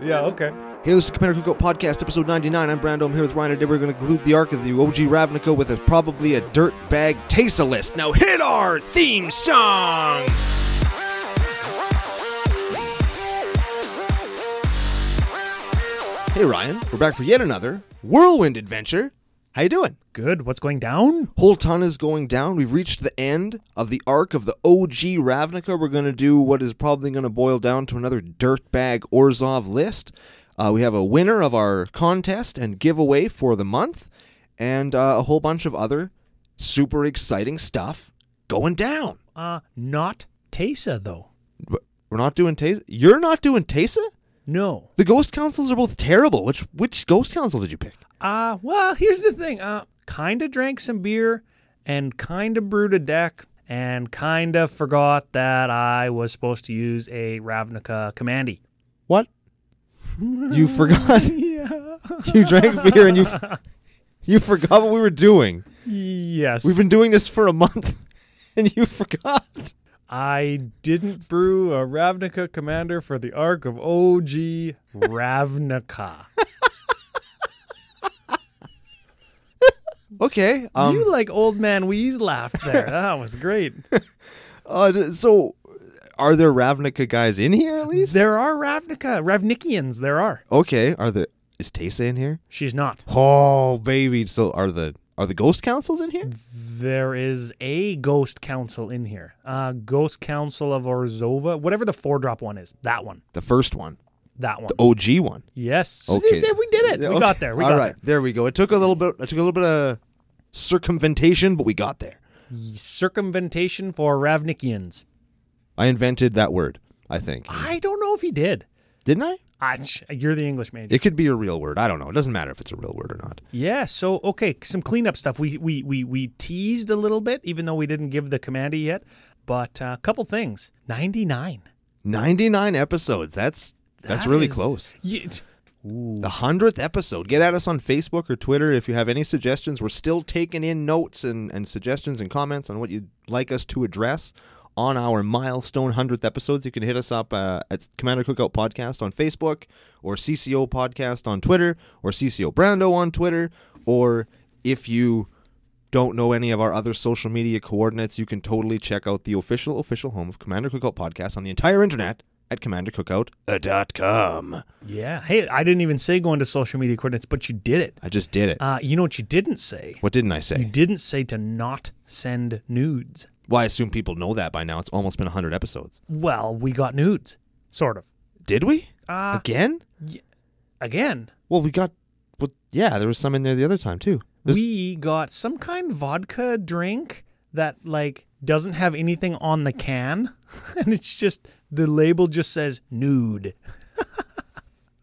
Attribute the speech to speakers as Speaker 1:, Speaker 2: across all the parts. Speaker 1: Yeah, okay.
Speaker 2: Hey, listen to Commander Cookout Podcast, episode 99. I'm Brando. I'm here with Ryan. Today we're going to glue the arc of the OG Ravnica with a, probably a dirtbag taste list. Now hit our theme song! Hey, Ryan. We're back for yet another whirlwind adventure. How you doing?
Speaker 1: Good. What's going down?
Speaker 2: Holton is going down. We've reached the end of the arc of the OG Ravnica. We're going to do what is probably going to boil down to another dirtbag Orzov list. Uh, we have a winner of our contest and giveaway for the month, and uh, a whole bunch of other super exciting stuff going down.
Speaker 1: Uh, not Tesa though.
Speaker 2: But We're not doing Tesa. You're not doing Tesa.
Speaker 1: No.
Speaker 2: The ghost councils are both terrible. Which which ghost council did you pick?
Speaker 1: Uh, well, here's the thing. Uh, kinda drank some beer, and kinda brewed a deck, and kinda forgot that I was supposed to use a Ravnica commandy.
Speaker 2: What? you forgot.
Speaker 1: Yeah.
Speaker 2: you drank beer and you f- you forgot what we were doing.
Speaker 1: Yes.
Speaker 2: We've been doing this for a month and you forgot.
Speaker 1: I didn't brew a Ravnica commander for the arc of OG Ravnica.
Speaker 2: Okay. Um
Speaker 1: you like old man Wee's laugh there. That was great.
Speaker 2: uh, d- so are there Ravnica guys in here at least?
Speaker 1: There are Ravnica, Ravnikians. There are.
Speaker 2: Okay, are there is Tesa in here?
Speaker 1: She's not.
Speaker 2: Oh, baby. So are the are the ghost councils in here?
Speaker 1: There is a ghost council in here. Uh, ghost council of Orzova, whatever the four drop one is. That one.
Speaker 2: The first one.
Speaker 1: That one.
Speaker 2: The OG one.
Speaker 1: Yes.
Speaker 2: Okay.
Speaker 1: We did it. We
Speaker 2: Okay.
Speaker 1: got there. We
Speaker 2: All
Speaker 1: got
Speaker 2: right, There we go. It took a little bit it took a little bit of circumventation, but we got there.
Speaker 1: there. Circumventation for Ravnikians.
Speaker 2: I invented that word, I think.
Speaker 1: I don't know if he did.
Speaker 2: Didn't I?
Speaker 1: Ah, sh- you're the English major.
Speaker 2: It could be a real word. I don't know. It doesn't matter if it's a real word or not.
Speaker 1: Yeah. So okay, some cleanup stuff. We we we we teased a little bit, even though we didn't give the commander yet. But uh, a couple things. Ninety nine.
Speaker 2: 99 episodes. That's that's really close. The 100th episode. Get at us on Facebook or Twitter if you have any suggestions. We're still taking in notes and, and suggestions and comments on what you'd like us to address on our milestone 100th episodes. You can hit us up uh, at Commander Cookout Podcast on Facebook or CCO Podcast on Twitter or CCO Brando on Twitter. Or if you don't know any of our other social media coordinates, you can totally check out the official, official home of Commander Cookout Podcast on the entire internet at commandercookout.com.
Speaker 1: Yeah. Hey, I didn't even say going to social media coordinates, but you did it.
Speaker 2: I just did it.
Speaker 1: Uh, you know what you didn't say?
Speaker 2: What didn't I
Speaker 1: You
Speaker 2: say?
Speaker 1: didn't say to not send nudes.
Speaker 2: Well, I assume people know that by now. It's almost been 100 episodes.
Speaker 1: Well, we got nudes, sort of.
Speaker 2: Did we?
Speaker 1: Uh,
Speaker 2: Again?
Speaker 1: again,
Speaker 2: Well, we got. Well, yeah, there was some in there the other time, too. There's-
Speaker 1: we got some kind of vodka drink that like doesn't have anything on the can, and it's just the label just says nude.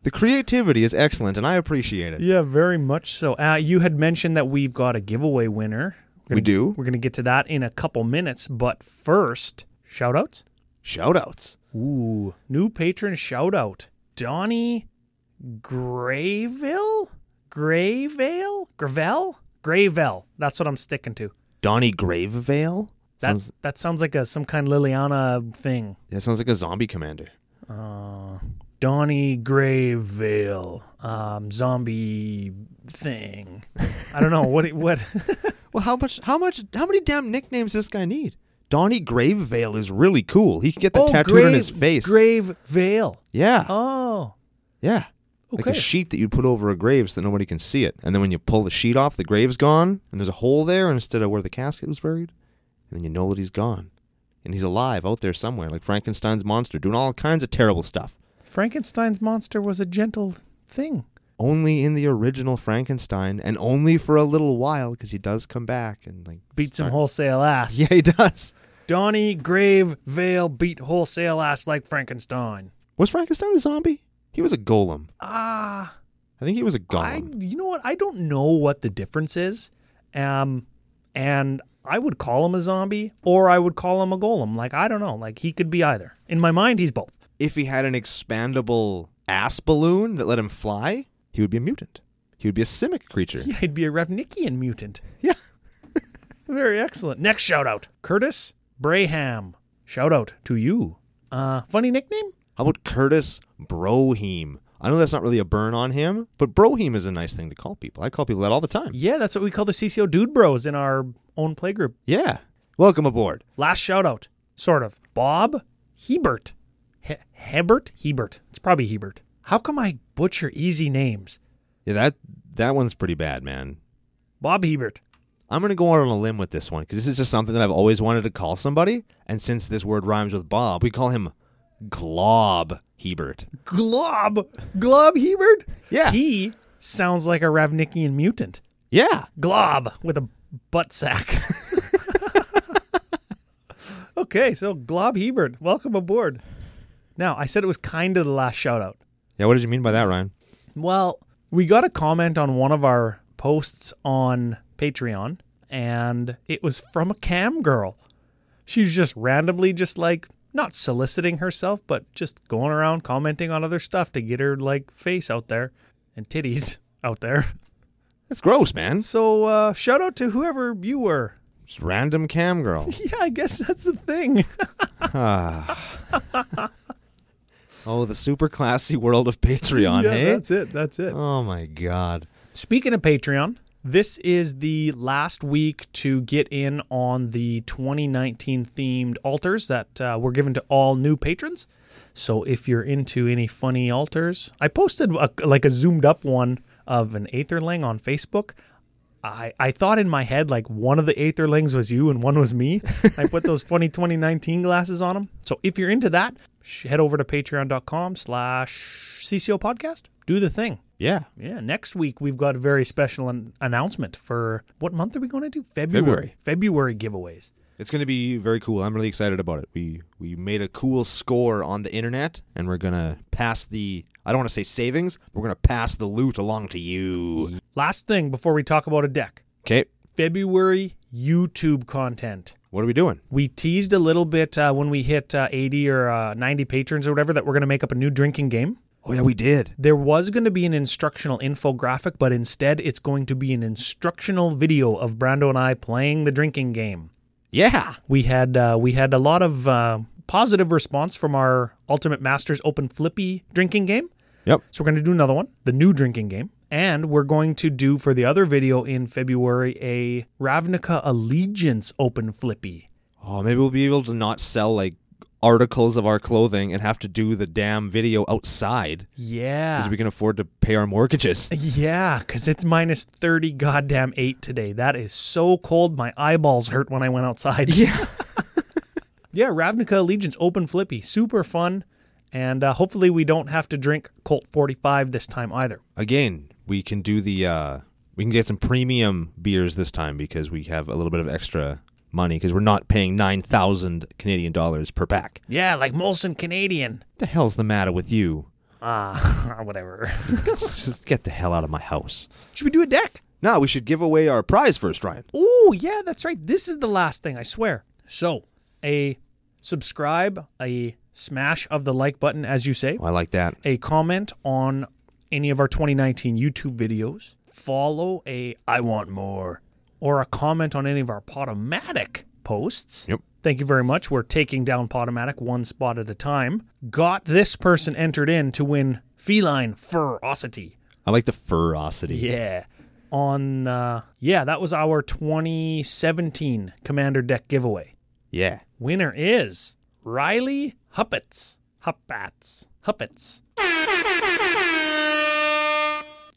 Speaker 2: the creativity is excellent, and I appreciate it.
Speaker 1: Yeah, very much so. Uh, you had mentioned that we've got a giveaway winner. We're
Speaker 2: We
Speaker 1: gonna-
Speaker 2: do.
Speaker 1: We're going to get to that in a couple minutes, but first, shout outs.
Speaker 2: Shout outs.
Speaker 1: Ooh, new patron shout out. Donnie Grayville? Grayvale? Gravel? Grayville. That's what I'm sticking to.
Speaker 2: Donnie Gravevale?
Speaker 1: That
Speaker 2: Sounds,
Speaker 1: that sounds like a some kind of Liliana thing.
Speaker 2: yeah, sounds like a zombie commander.
Speaker 1: Uh, Donnie Grayvale. Um, zombie thing. I don't know what it- what
Speaker 2: Well, how much, how much, how many damn nicknames does this guy need? Donnie Gravevale is really cool. He can get the tattooed on his face.
Speaker 1: Oh, Grave veil.
Speaker 2: yeah,
Speaker 1: Oh,
Speaker 2: yeah.
Speaker 1: okay.
Speaker 2: Like a sheet that you put over a grave so that nobody can see it. And then when you pull the sheet off, the grave's gone, and there's a hole there instead of where the casket was buried. And then you know that he's gone. And he's alive out there somewhere, like Frankenstein's monster, doing all kinds of terrible stuff.
Speaker 1: Frankenstein's monster was a gentle thing.
Speaker 2: Only in the original Frankenstein, and only for a little while, because he does come back and like
Speaker 1: Beat some
Speaker 2: start-
Speaker 1: wholesale ass.
Speaker 2: Yeah, he does.
Speaker 1: Donnie Grave Vale beat wholesale ass like Frankenstein.
Speaker 2: Was Frankenstein a zombie? He was a golem.
Speaker 1: Ah,
Speaker 2: I think he was a
Speaker 1: I.
Speaker 2: golem.
Speaker 1: You know what? I don't know what the difference is. Um, and I would call him a zombie, or I would call him a golem. Like I don't know. Like he could be either. In my mind, he's both.
Speaker 2: If he had an expandable ass balloon that let him fly, he would be a mutant. He would be a simic creature.
Speaker 1: Yeah, he'd be a Ravnikian mutant.
Speaker 2: yeah.
Speaker 1: Very excellent. Next shout out, Curtis Braham. Shout out to you. Uh, funny nickname?
Speaker 2: How about Curtis Broheem? I know that's not really a burn on him, but Broheem is a nice thing to call people. I call people that all the time.
Speaker 1: Yeah, that's what we call the CCO dude bros in our own playgroup.
Speaker 2: Yeah. Welcome aboard.
Speaker 1: Last shout out, sort of. Bob Hebert. He- Hebert? Hebert. It's probably Hebert. How come I butcher easy names?
Speaker 2: Yeah, that that one's pretty bad, man.
Speaker 1: Bob Hebert.
Speaker 2: I'm going to go out on a limb with this one because this is just something that I've always wanted to call somebody. And since this word rhymes with Bob, we call him Glob Hebert.
Speaker 1: Glob. Glob Hebert?
Speaker 2: Yeah.
Speaker 1: He sounds like a Ravnikian mutant.
Speaker 2: Yeah.
Speaker 1: Glob with a butt sack. okay, so Glob Hebert, welcome aboard. Now, I said it was kind of the last shout out.
Speaker 2: Yeah, what did you mean by that, Ryan?
Speaker 1: Well, we got a comment on one of our posts on Patreon, and it was from a cam girl. She was just randomly, just like not soliciting herself, but just going around commenting on other stuff to get her like face out there and titties out there.
Speaker 2: That's gross, man.
Speaker 1: So uh, shout out to whoever you were.
Speaker 2: Just random cam girl.
Speaker 1: Yeah, I guess that's the thing.
Speaker 2: oh, the super classy world of Patreon,
Speaker 1: yeah,
Speaker 2: hey?
Speaker 1: that's it. That's it.
Speaker 2: Oh my god.
Speaker 1: Speaking of Patreon, this is the last week to get in on the 2019 themed altars that uh, were given to all new patrons. So if you're into any funny altars, I posted a, like a zoomed up one of an Aetherling on Facebook. I, I thought in my head like one of the Aetherlings was you and one was me. I put those funny 2019 glasses on them. So if you're into that, sh- head over to patreon.com slash CCO podcast. Do the thing.
Speaker 2: Yeah.
Speaker 1: Yeah, next week we've got a very special an- announcement for what month are we going to do? February. February giveaways.
Speaker 2: It's going to be very cool. I'm really excited about it. We we made a cool score on the internet and we're going to pass the I don't want to say savings, but we're going to pass the loot along to you.
Speaker 1: Last thing before we talk about a deck
Speaker 2: Okay.
Speaker 1: February YouTube content.
Speaker 2: What are we doing?
Speaker 1: We teased a little bit uh, when we hit uh, 80 or uh, 90 patrons or whatever that we're going to make up a new drinking game.
Speaker 2: Oh yeah, we did.
Speaker 1: There was going to be an instructional infographic, but instead it's going to be an instructional video of Brando and I playing the drinking game.
Speaker 2: Yeah.
Speaker 1: We had uh, we had a lot of uh, positive response from our Ultimate Masters Open Flippy drinking game.
Speaker 2: Yep.
Speaker 1: So we're going to do another one, the new drinking game, and we're going to do for the other video in February a Ravnica Allegiance Open Flippy.
Speaker 2: Oh, maybe we'll be able to not sell like articles of our clothing and have to do the damn video outside
Speaker 1: Yeah.
Speaker 2: because we can afford to pay our mortgages.
Speaker 1: yeah, because it's minus 30 goddamn 8 today. That is so cold. My eyeballs hurt when I went outside.
Speaker 2: Yeah.
Speaker 1: Yeah, Ravnica Allegiance Open Flippy. Super fun. And uh, hopefully we don't have to drink Colt 45 this time either.
Speaker 2: Again, we can do the uh we can get some premium beers this time because we have a little bit of extra money because we're not paying 9,000 Canadian dollars per pack.
Speaker 1: Yeah, like Molson Canadian.
Speaker 2: What the hell's the matter with you?
Speaker 1: Ah, whatever.
Speaker 2: Just get the hell out of my house.
Speaker 1: Should we do a deck?
Speaker 2: No, we should give away our prize first, Ryan.
Speaker 1: Oh, yeah, that's right. This is the last thing, I swear. So, a subscribe, a smash of the like button, as you say,
Speaker 2: Oh, I like that.
Speaker 1: a comment on any of our 2019 YouTube videos, follow a I want more, or a comment on any of our Potomatic posts.
Speaker 2: Yep.
Speaker 1: Thank you very much. We're taking down Potomatic one spot at a time. Got this person entered in to win feline ferocity.
Speaker 2: I like the ferocity.
Speaker 1: Yeah. On uh, yeah, that was our 2017 Commander deck giveaway.
Speaker 2: Yeah.
Speaker 1: Winner is Riley Huppets. Huppats. Huppets.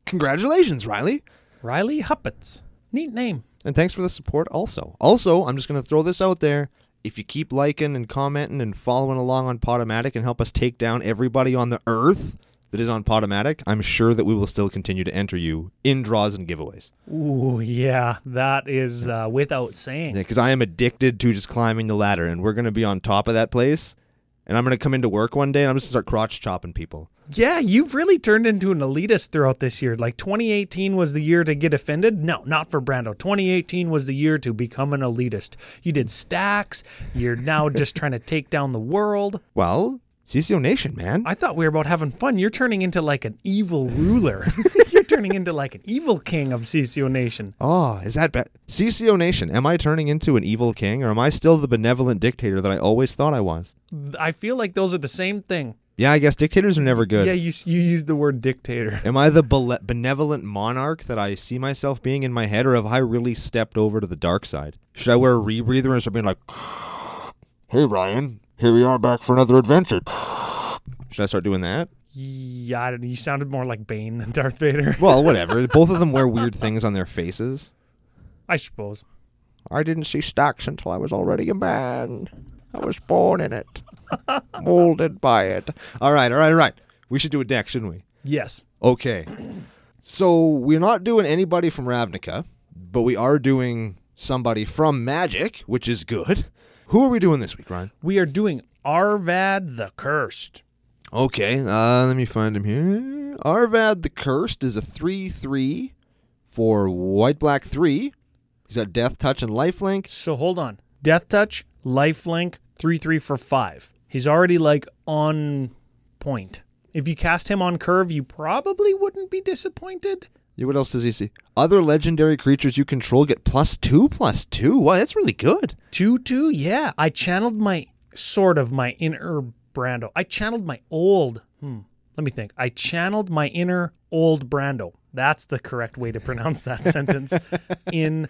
Speaker 2: Congratulations, Riley.
Speaker 1: Riley Huppets. Neat name.
Speaker 2: And thanks for the support also. Also, I'm just going to throw this out there. If you keep liking and commenting and following along on Potomatic and help us take down everybody on the earth that is on Potomatic, I'm sure that we will still continue to enter you in draws and giveaways.
Speaker 1: Ooh, yeah, that is uh, without saying.
Speaker 2: Because I am addicted to just climbing the ladder, and we're going to be on top of that place. And I'm going to come into work one day and I'm just going to start crotch chopping people.
Speaker 1: Yeah, you've really turned into an elitist throughout this year. Like 2018 was the year to get offended. No, not for Brando. 2018 was the year to become an elitist. You did stacks. You're now just trying to take down the world.
Speaker 2: Well, CCO Nation, man.
Speaker 1: I thought we were about having fun. You're turning into like an evil ruler. You're turning into like an evil king of CCO Nation.
Speaker 2: Oh, is that bad? CCO Nation, am I turning into an evil king or am I still the benevolent dictator that I always thought I was?
Speaker 1: I feel like those are the same thing.
Speaker 2: Yeah, I guess dictators are never good.
Speaker 1: Yeah, you you used the word dictator.
Speaker 2: Am I the bele- benevolent monarch that I see myself being in my head, or have I really stepped over to the dark side? Should I wear a rebreather and start being like, "Hey Ryan, here we are back for another adventure." Should I start doing that?
Speaker 1: Yeah, I don't, you sounded more like Bane than Darth Vader.
Speaker 2: Well, whatever. Both of them wear weird things on their faces.
Speaker 1: I suppose.
Speaker 2: I didn't see stocks until I was already a man. I was born in it, molded by it. All right, all right, all right. We should do a deck, shouldn't we?
Speaker 1: Yes.
Speaker 2: Okay. So we're not doing anybody from Ravnica, but we are doing somebody from Magic, which is good. Who are we doing this week, Ryan?
Speaker 1: We are doing Arvad the Cursed.
Speaker 2: Okay, uh, let me find him here. Arvad the Cursed is a 3 3 for white black 3. He's got Death Touch and Lifelink.
Speaker 1: So hold on. Death Touch, Lifelink, 3 3 for 5. He's already like on point. If you cast him on curve, you probably wouldn't be disappointed.
Speaker 2: Yeah, What else does he see? Other legendary creatures you control get plus 2 plus 2. Wow, that's really good.
Speaker 1: 2 2, yeah. I channeled my sort of my inner Brando. I channeled my old, hmm, let me think. I channeled my inner old Brando. That's the correct way to pronounce that sentence. In,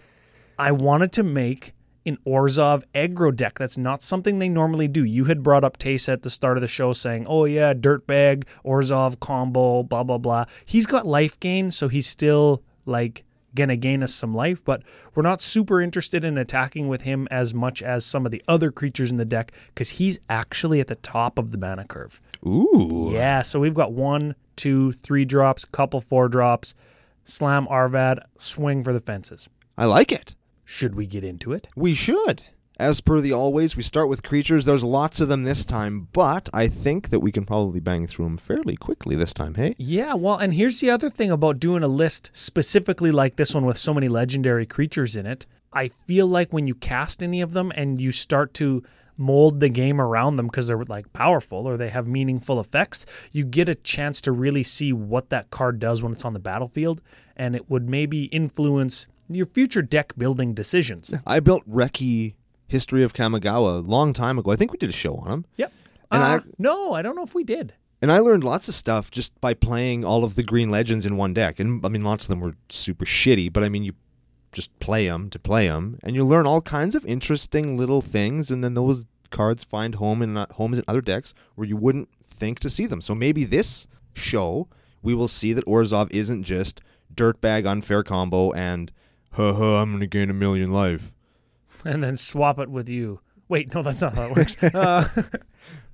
Speaker 1: I wanted to make an Orzov aggro deck. That's not something they normally do. You had brought up Taysa at the start of the show saying, oh yeah, Dirtbag, Orzov combo, blah, blah, blah. He's got life gain, so he's still like gonna gain us some life, but we're not super interested in attacking with him as much as some of the other creatures in the deck because he's actually at the top of the mana curve.
Speaker 2: Ooh.
Speaker 1: Yeah, so we've got one, two, three drops, couple four drops, slam Arvad, swing for the fences.
Speaker 2: I like it.
Speaker 1: Should we get into it?
Speaker 2: We should. As per the always, we start with creatures. There's lots of them this time, but I think that we can probably bang through them fairly quickly this time, hey?
Speaker 1: Yeah, well, and here's the other thing about doing a list specifically like this one with so many legendary creatures in it. I feel like when you cast any of them and you start to mold the game around them because they're like powerful or they have meaningful effects, you get a chance to really see what that card does when it's on the battlefield, and it would maybe influence your future deck building decisions.
Speaker 2: I built Reki History of Kamigawa a long time ago. I think we did a show on him.
Speaker 1: Yep.
Speaker 2: And
Speaker 1: Uh,
Speaker 2: I-
Speaker 1: no, I don't know if we did.
Speaker 2: And I learned lots of stuff just by playing all of the Green Legends in one deck. And I mean, lots of them were super shitty, but I mean, you just play them to play them, and you learn all kinds of interesting little things, and then those cards find home in uh, homes in other decks where you wouldn't think to see them. So maybe this show we will see that Orzov isn't just dirtbag unfair combo and ha ha I'm gonna gain a million life.
Speaker 1: And then swap it with you. Wait, no, that's not how it works.
Speaker 2: But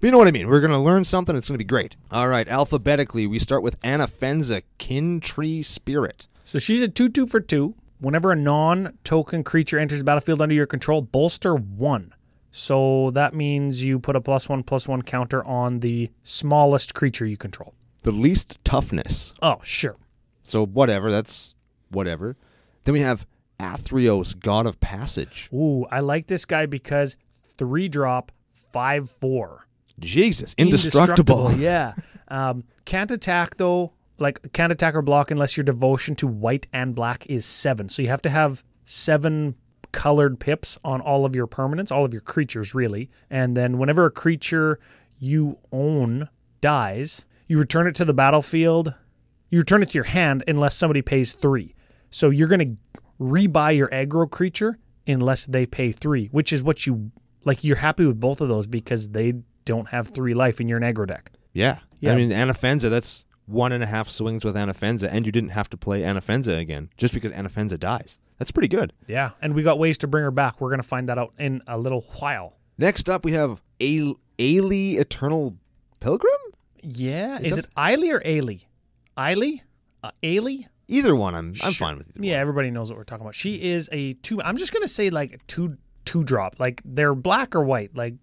Speaker 2: you know what I mean. We're going to learn something. It's going to be great. All right. Alphabetically, we start with Anafenza, Kin Tree Spirit.
Speaker 1: So she's a 2 2 for 2. Whenever a non token creature enters the battlefield under your control, bolster 1. So that means you put a plus 1 plus 1 counter on the smallest creature you control.
Speaker 2: The least toughness.
Speaker 1: Oh, sure.
Speaker 2: So whatever. That's whatever. Then we have Athreos, God of Passage.
Speaker 1: Ooh, I like this guy because 3 drop, 5 4.
Speaker 2: Jesus, indestructible.
Speaker 1: yeah. Um, can't attack though. Like can't attack or block unless your devotion to white and black is seven. So you have to have seven colored pips on all of your permanents, all of your creatures really. And then whenever a creature you own dies, you return it to the battlefield. You return it to your hand unless somebody pays three. So you're gonna rebuy your aggro creature unless they pay three, which is what you like. You're happy with both of those because they don't have three life and you're an aggro deck.
Speaker 2: Yeah.
Speaker 1: Yeah.
Speaker 2: I mean, Anafenza, that's one and a half swings with Anafenza, and you didn't have to play Anafenza again just because Anafenza dies. That's pretty good.
Speaker 1: Yeah, and we got ways to bring her back. We're gonna find that out in a little while.
Speaker 2: Next up, we have A- Ailey Eternal Pilgrim?
Speaker 1: Yeah, is, it Eily or Ailey? Eily, uh, Ailey.
Speaker 2: Either one, I'm, I'm fine with either
Speaker 1: Yeah, everybody knows what we're talking about. She is a two. I'm just gonna say like a two two drop. Like they're black or white. Like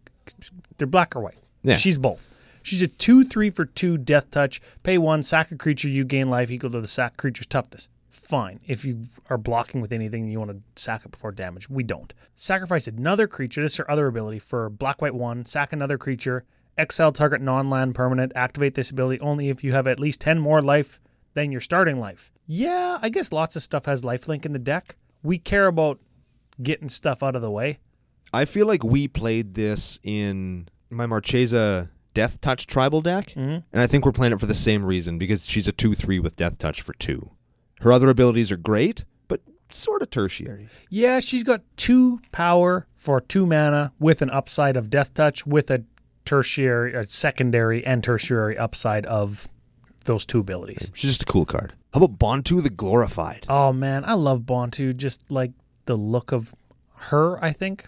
Speaker 1: they're black or white.
Speaker 2: Yeah.
Speaker 1: she's both. She's a two three for two death touch. Pay one, sack a creature, you gain life equal to the sack creature's toughness. Fine. If you are blocking with anything, you want to sack it before damage. We don't. Sacrifice another creature. This is her other ability for black white one. Sack another creature. Exile target non land permanent. Activate this ability only if you have at least ten more life than your starting life. Yeah, I guess lots of stuff has lifelink in the deck. We care about getting stuff out of the way.
Speaker 2: I feel like we played this in my Marchesa Death Touch tribal deck, and I think we're playing it for the same reason because she's a 2 3 with Death Touch for 2. Her other abilities are great, but sort of tertiary.
Speaker 1: Yeah, she's got two power for two mana with an upside of Death Touch with a tertiary, a secondary and tertiary upside of those two abilities.
Speaker 2: She's just a cool card. How about Bontu the Glorified?
Speaker 1: Oh man, I love Bontu. Just like the look of her, I think.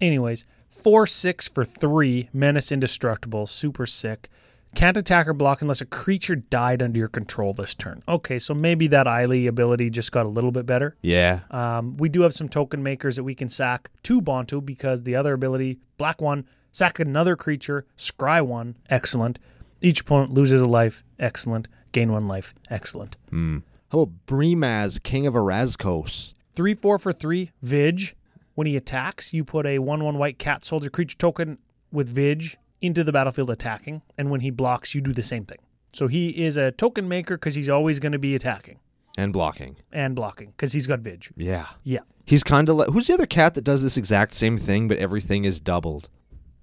Speaker 1: Anyways, four six for three, menace indestructible, super sick. Can't attack or block unless a creature died under your control this turn. Okay, so maybe that Eily ability just got a little bit better.
Speaker 2: Yeah.
Speaker 1: Um, we do have some token makers that we can sack to Bontu because the other ability, black one, sack another creature, scry one, excellent. Each opponent loses a life, excellent. Gain one life, excellent.
Speaker 2: How about Bremaz, King of Erascos?
Speaker 1: Three, four for three, Vig. When he attacks, you put a 1 1 white cat soldier creature token with Vig into the battlefield attacking. And when he blocks, you do the same thing. So he is a token maker because he's always going to be attacking
Speaker 2: And blocking.
Speaker 1: and blocking because he's got Vig.
Speaker 2: Yeah.
Speaker 1: Yeah.
Speaker 2: He's kind of like. Who's the other cat that does this exact same thing, but everything is doubled?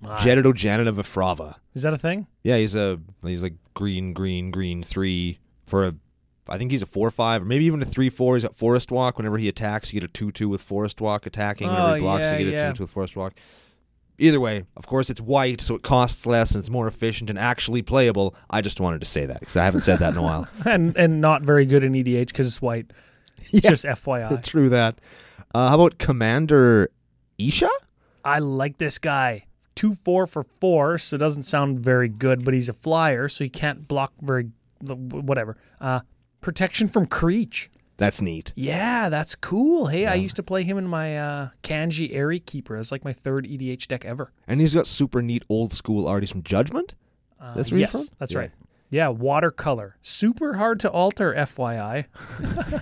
Speaker 1: Ah.
Speaker 2: Jetito Janet of Ifrava.
Speaker 1: Is that a thing?
Speaker 2: Yeah, he's a he's like green, green, green three for a. I think he's a four five, or maybe even a three four. He's at Forest Walk. Whenever he attacks, you get a two two with Forest Walk attacking. Whenever
Speaker 1: Oh,
Speaker 2: he blocks,
Speaker 1: yeah,
Speaker 2: you get a
Speaker 1: yeah.
Speaker 2: two two with Forest Walk. Either way, of course, it's white, so it costs less and it's more efficient and actually playable. I just wanted to say that because I haven't said that in a while.
Speaker 1: and and not very good in E EDH because it's white. Just FYI.
Speaker 2: True that. Uh, how about Commander Isha?
Speaker 1: I like this guy. Two four for four, so it doesn't sound very good, but he's a flyer, so he can't block very whatever. Uh, protection from Creech.
Speaker 2: That's neat.
Speaker 1: Yeah, that's cool. Hey, I used to play him in my uh, Kanji Airy Keeper. That's like my third EDH deck ever.
Speaker 2: And he's got super neat old school arties from Judgment.
Speaker 1: Uh,
Speaker 2: That's where you're
Speaker 1: yes,
Speaker 2: from?
Speaker 1: that's
Speaker 2: Yeah.
Speaker 1: right. Yeah, watercolor. Super hard to alter, FYI.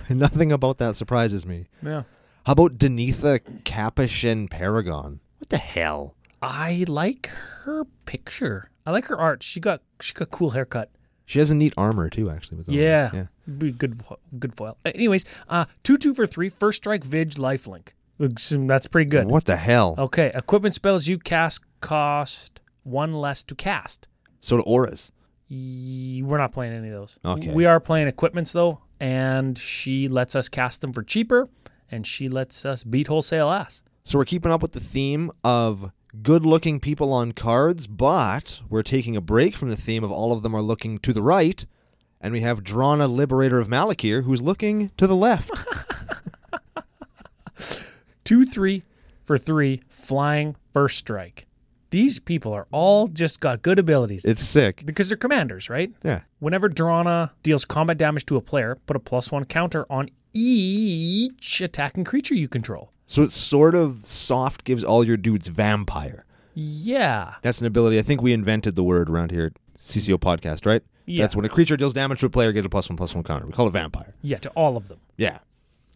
Speaker 2: Nothing about that surprises me.
Speaker 1: Yeah.
Speaker 2: How about Denitha Capuchin Paragon? What the hell?
Speaker 1: I like her picture. I like her art. She got she got cool haircut.
Speaker 2: She has a neat armor too, actually. With all that.
Speaker 1: Yeah.
Speaker 2: Oh, yeah.
Speaker 1: Be Good fo- good foil. Uh, Anyways, uh two two for three, first strike Vig lifelink. Looks- That's pretty good. Oh.
Speaker 2: What the hell?
Speaker 1: Okay. Equipment spells you cast cost one less to cast.
Speaker 2: So do auras.
Speaker 1: Ye- We're not playing any of those.
Speaker 2: Okay.
Speaker 1: We are playing equipments though, and she lets us cast them for cheaper, and she lets us beat wholesale ass.
Speaker 2: So we're keeping up with the theme of good-looking people on cards, but we're taking a break from the theme of all of them are looking to the right, and we have Drana Liberator of Malakir, who's looking to the left.
Speaker 1: two three for three flying first strike these people are all just got good abilities
Speaker 2: it's sick.
Speaker 1: because they're commanders right
Speaker 2: Yeah.
Speaker 1: whenever drana deals combat damage to a player put a plus one counter on each attacking creature you control
Speaker 2: So it's sort of soft gives all your dudes vampire.
Speaker 1: yeah
Speaker 2: That's an ability. I think we invented the word around here at CCO podcast, right?
Speaker 1: Yeah.
Speaker 2: That's when a creature deals damage to a player, get a plus one plus one counter. We call it vampire.
Speaker 1: yeah to all of them
Speaker 2: Yeah.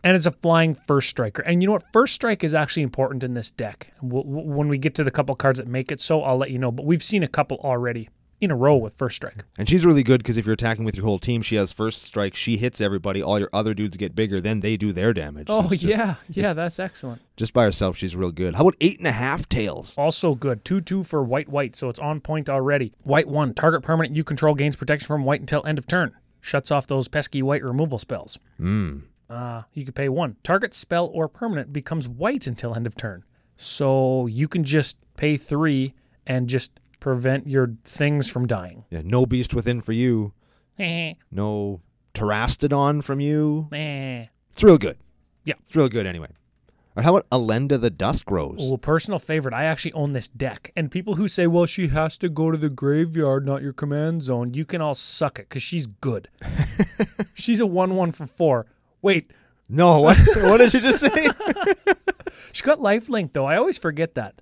Speaker 1: and it's a flying first striker and you know what first strike is actually important in this deck W- w- when we get to the couple cards that make it so i'll let you know but we've seen a couple already in a row with first strike
Speaker 2: And she's really good because if you're attacking with your whole team, she has first strike. She hits everybody. All your other dudes get bigger. Then they do their damage.
Speaker 1: oh
Speaker 2: It's just,
Speaker 1: yeah yeah that's excellent
Speaker 2: Just by herself, she's real good. How about eight and a half tails?
Speaker 1: Also good. 2 2 for white, white, so it's on point already. White 1, target permanent you control gains protection from white until end of turn. Shuts off those pesky white removal spells.
Speaker 2: Mm.
Speaker 1: Uh, you could pay 1. Target spell or permanent becomes white until end of turn. So you can just pay 3 and just prevent your things from dying.
Speaker 2: Yeah. No beast within for you.
Speaker 1: Eh,
Speaker 2: No Terastodon from you.
Speaker 1: eh.
Speaker 2: It's real good.
Speaker 1: Yeah.
Speaker 2: It's real good anyway. Or how about Alenda the Dusk Rose?
Speaker 1: Well, personal favorite. I actually own this deck. And people who say, well, she has to go to the graveyard, not your command zone, you can all suck it because she's good. she's a 1 1 for 4. Wait,
Speaker 2: No, what, what did you just say?
Speaker 1: she's got lifelink, though. I always forget that.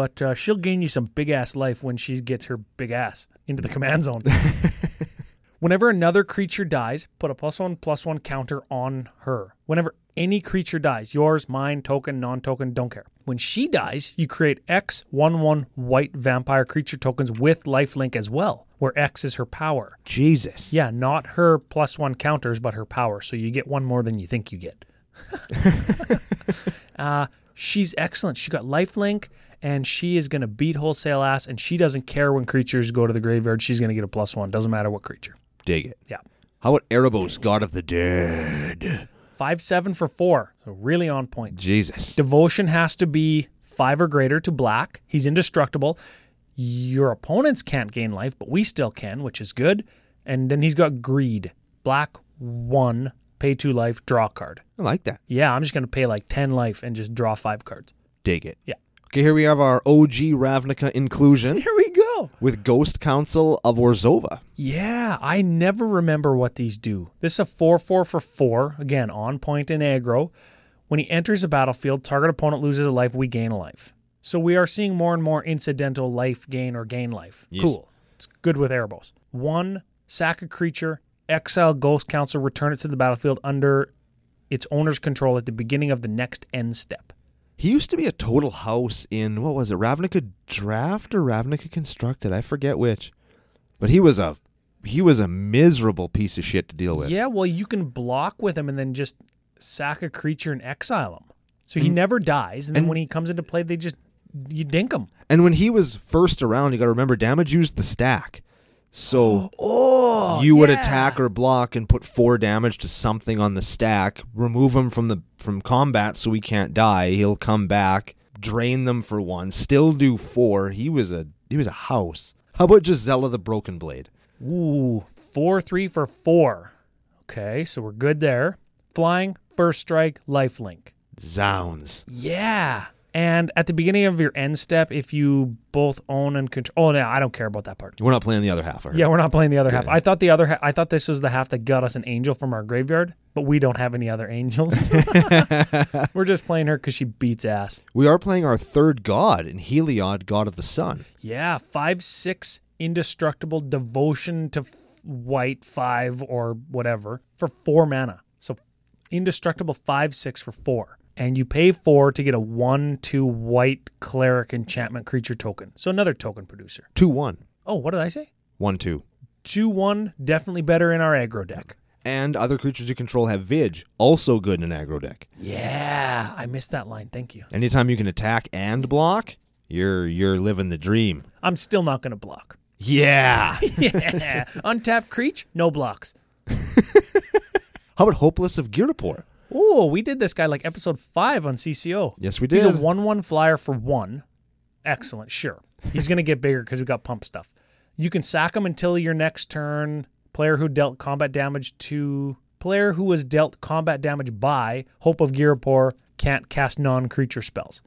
Speaker 1: But uh, she'll gain you some big ass life when she gets her big ass into the command zone. Whenever another creature dies, put a plus one, plus one counter on her. Whenever any creature dies, yours, mine, token, non token, don't care. When she dies, you create X11 white vampire creature tokens with lifelink as well, where X is her power.
Speaker 2: Jesus.
Speaker 1: Yeah, not her plus one counters, but her power. So you get one more than you think you get. uh, she's excellent. She got lifelink and she is going to beat wholesale ass and she doesn't care when creatures go to the graveyard. She's going to get a plus one. Doesn't matter what creature.
Speaker 2: Dig it.
Speaker 1: Yeah.
Speaker 2: How about Erebos, God of the Dead?
Speaker 1: Five, seven for four. So really on point.
Speaker 2: Jesus.
Speaker 1: Devotion has to be five or greater to black. He's indestructible. Your opponents can't gain life, but we still can, which is good. And then he's got greed. Black one, pay two life, draw card.
Speaker 2: I like that.
Speaker 1: Yeah, I'm just going to pay like 10 life and just draw five cards.
Speaker 2: Dig it.
Speaker 1: Yeah.
Speaker 2: Okay, here we have our OG Ravnica inclusion
Speaker 1: There we go.
Speaker 2: with Ghost Council of Orzova.
Speaker 1: Yeah, I never remember what these do. This is a 4 4 for 4, again, on point in aggro. When he enters the battlefield, target opponent loses a life, we gain a life. So we are seeing more and more incidental life gain or gain life.
Speaker 2: Yes.
Speaker 1: Cool. It's good with Erebos. One, sack a creature, exile Ghost Council, return it to the battlefield under its owner's control at the beginning of the next end step.
Speaker 2: He used to be a total house in what was it, Ravnica Draft or Ravnica Constructed? I forget which. But he was a he was a miserable piece of shit to deal with.
Speaker 1: Yeah, well, you can block with him and then just sack a creature and exile him. So he never dies, and then
Speaker 2: and-
Speaker 1: when he comes into play, they just you dink him.
Speaker 2: And when he was first around, you got to remember damage used the stack. So
Speaker 1: Oh,
Speaker 2: you would attack or block and put 4 damage to something on the stack, remove him from the from combat so he can't die. He'll come back, drain them for 1, still do 4. He was a he was a house. How about Gisela the Broken Blade?
Speaker 1: Ooh, four three for four. Okay, so we're good there. Flying, first strike, life link.
Speaker 2: Zounds.
Speaker 1: Yeah. And at the beginning of your end step, if you both own and control, oh no, I don't care about that part.
Speaker 2: We're not playing the other half, I heard.
Speaker 1: Yeah, we're not playing the other half. I thought the other ha- I thought this was the half that got us an angel from our graveyard, but we don't have any other angels. we're just playing her because she beats ass.
Speaker 2: We are playing our third god in Heliod, god of the sun.
Speaker 1: Yeah, five six indestructible devotion to f- white five or whatever for four mana. So indestructible five six for four. And you pay four to get a one two white cleric enchantment creature token. So another token producer.
Speaker 2: 2 1.
Speaker 1: Oh, what did I say?
Speaker 2: 1 2.
Speaker 1: Two one definitely better in our aggro deck.
Speaker 2: And other creatures you control have Vig, also good in an aggro deck.
Speaker 1: Yeah, I missed that line. Thank you.
Speaker 2: Anytime you can attack and block, you're you're living the dream.
Speaker 1: I'm still not going to block.
Speaker 2: Yeah.
Speaker 1: Yeah. Untapped Creech, no blocks.
Speaker 2: How about Hopeless of Girapor?
Speaker 1: Oh, we did this guy like episode five on CCO.
Speaker 2: Yes, we did.
Speaker 1: He's a 1 1 flyer for one. Excellent. Sure. He's going to get bigger because we got pump stuff. You can sack him until your next turn. Player who dealt combat damage to. Player who was dealt combat damage by Hope of Girapor can't cast non creature spells.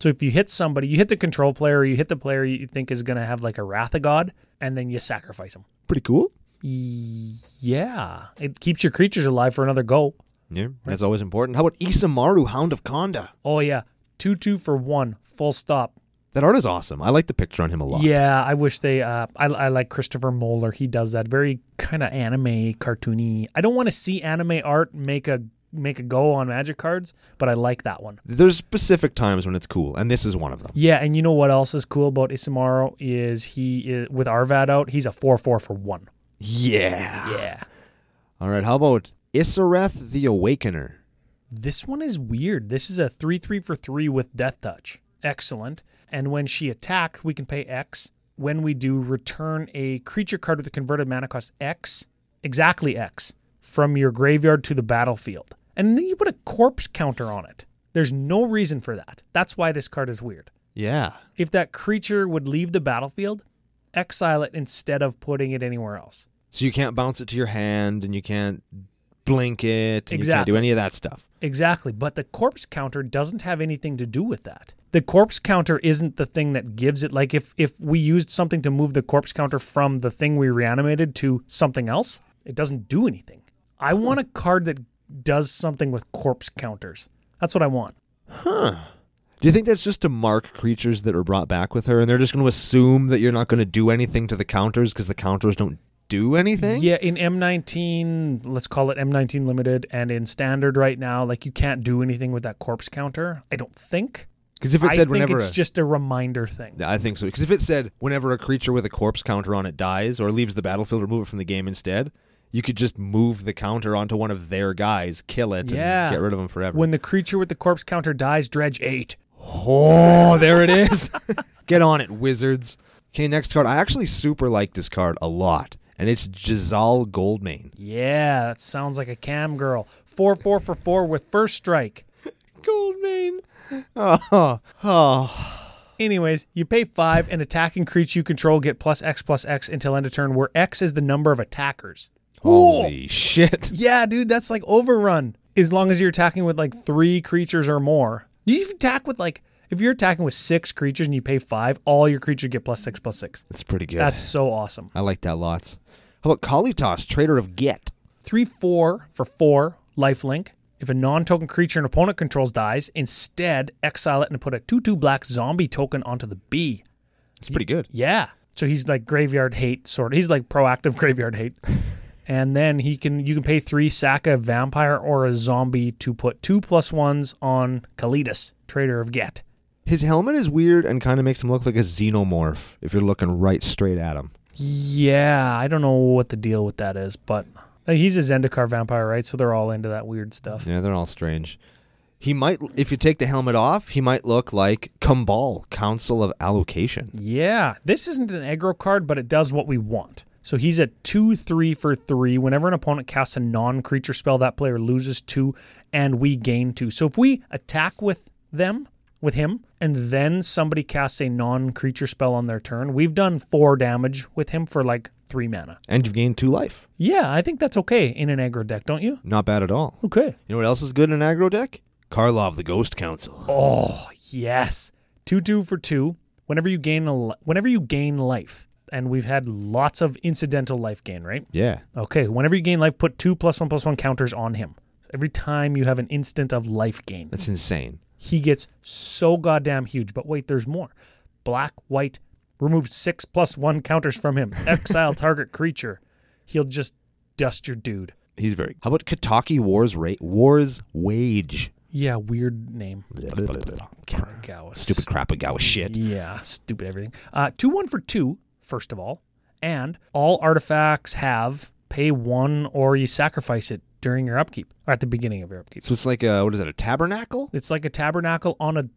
Speaker 1: So if you hit somebody, you hit the control player, or you hit the player you think is going to have like a Wrath of God, and then you sacrifice him.
Speaker 2: Pretty cool.
Speaker 1: Yeah, it keeps your creatures alive for another go.
Speaker 2: Yeah, that's always important. How about Isamaru, Hound of Conda?
Speaker 1: Oh yeah, two two for one, full stop.
Speaker 2: That art is awesome. I like the picture on him a lot.
Speaker 1: Yeah, I wish they. Uh, I I like Christopher Moeller. He does that very kind of anime cartoony. I don't want to see anime art make a make a go on Magic cards, but I like that one.
Speaker 2: There's specific times when it's cool, and this is one of them.
Speaker 1: Yeah, and you know what else is cool about Isamaru is he is, with Arvad out, he's a four four for one.
Speaker 2: Yeah.
Speaker 1: Yeah,
Speaker 2: All right, how about Isareth the Awakener?
Speaker 1: This one is weird. This is a 3 3 for 3 with Death Touch. Excellent. And when she attacked, we can pay X. When we do, return a creature card with a converted mana cost X, exactly X, from your graveyard to the battlefield. And then you put a corpse counter on it. There's no reason for that. That's why this card is weird.
Speaker 2: Yeah.
Speaker 1: If that creature would leave the battlefield, exile it instead of putting it anywhere else.
Speaker 2: So you can't bounce it to your hand and you can't blink it. And You can't
Speaker 1: Exactly.
Speaker 2: do any of that stuff.
Speaker 1: Exactly, but the corpse counter doesn't have anything to do with that. The corpse counter isn't the thing that gives it like if if we used something to move the corpse counter from the thing we reanimated to something else, it doesn't do anything. I
Speaker 2: Hmm.
Speaker 1: want a card that does something with corpse counters. That's what I want.
Speaker 2: Do you think that's just to mark creatures that are brought back with her and they're just going to assume that you're not going to do anything to the counters because the counters don't do anything?
Speaker 1: Yeah, in M19, let's call it M19 limited and in standard right now, like you can't do anything with that corpse counter, I don't think.
Speaker 2: 'Cause if it
Speaker 1: I
Speaker 2: said
Speaker 1: think
Speaker 2: whenever
Speaker 1: it's
Speaker 2: a-
Speaker 1: just a reminder thing.
Speaker 2: Yeah, I think so. Because if it said whenever a creature with a corpse counter on it dies or leaves the battlefield, remove it from the game instead, you could just move the counter onto one of their guys, kill it,
Speaker 1: Yeah.
Speaker 2: and get rid of them forever.
Speaker 1: When the creature with the corpse counter dies, dredge eight.
Speaker 2: oh, there it is. get on it, wizards. Okay, next card. I actually super like this card a lot, and it's Giselle Goldmane.
Speaker 1: Yeah, that sounds like a cam girl. Four four for four with first strike.
Speaker 2: Goldmane. Oh, oh.
Speaker 1: Anyways, you pay five and attacking creature you control get plus X plus X until end of turn, where X is the number of attackers.
Speaker 2: Holy shit.
Speaker 1: Yeah, dude, that's like overrun. As long as you're attacking with like three creatures or more, you can attack with like if you're attacking with six creatures and you pay five, all your creatures get plus six plus six.
Speaker 2: That's pretty good.
Speaker 1: That's so awesome.
Speaker 2: I like that lots. How about Kalitas, Trader of Get?
Speaker 1: Three four for four lifelink. If a non-token creature an opponent controls dies, instead exile it and put a two two black zombie token onto the B.
Speaker 2: It's pretty good.
Speaker 1: Yeah. So he's like graveyard hate sort of. He's like proactive graveyard hate. And then he can you can pay three sack a vampire or a zombie to put two plus ones on Kalidus, trader of Get.
Speaker 2: His helmet is weird and kind of makes him look like a xenomorph if you're looking right straight at him.
Speaker 1: Yeah, I don't know what the deal with that is, but he's a Zendikar vampire, right? So they're all into that weird stuff.
Speaker 2: Yeah, they're all strange. He might, if you take the helmet off, he might look like Kumbal, Council of Allocation.
Speaker 1: Yeah, this isn't an aggro card, but it does what we want. So he's a 2 3 for 3. Whenever an opponent casts a non creature spell, that player loses 2 and we gain 2. So if we attack with them, with him, and then somebody casts a non creature spell on their turn, we've done 4 damage with him for like 3 mana.
Speaker 2: And you've gained two life.
Speaker 1: Yeah, I think that's okay in an aggro deck, don't you?
Speaker 2: Not bad at all.
Speaker 1: Okay.
Speaker 2: You know what else is good in an aggro deck? Karlov, the Ghost Council.
Speaker 1: Oh yes, two two for two. Whenever you gain a li- whenever you gain life, and we've had lots of incidental life gain, right?
Speaker 2: Yeah.
Speaker 1: Okay, whenever you gain life, put two plus one plus one counters on him. Every time you have an instant of life gain,
Speaker 2: That's insane.
Speaker 1: he gets so goddamn huge. But wait, there's more. Black, white, remove six plus one counters from him. Exile target creature. He'll just dust your dude.
Speaker 2: He's very. How about Kataki Wars, Ra- Wars Wage?
Speaker 1: Yeah, weird name. Kanagawa.
Speaker 2: Stupid crapagawa shit.
Speaker 1: Yeah, stupid everything. Uh, two one for two, first of all, and all artifacts have pay one or you sacrifice it during your upkeep or at the beginning of your upkeep.
Speaker 2: So it's like a, what is it, a tabernacle?
Speaker 1: It's like a tabernacle on a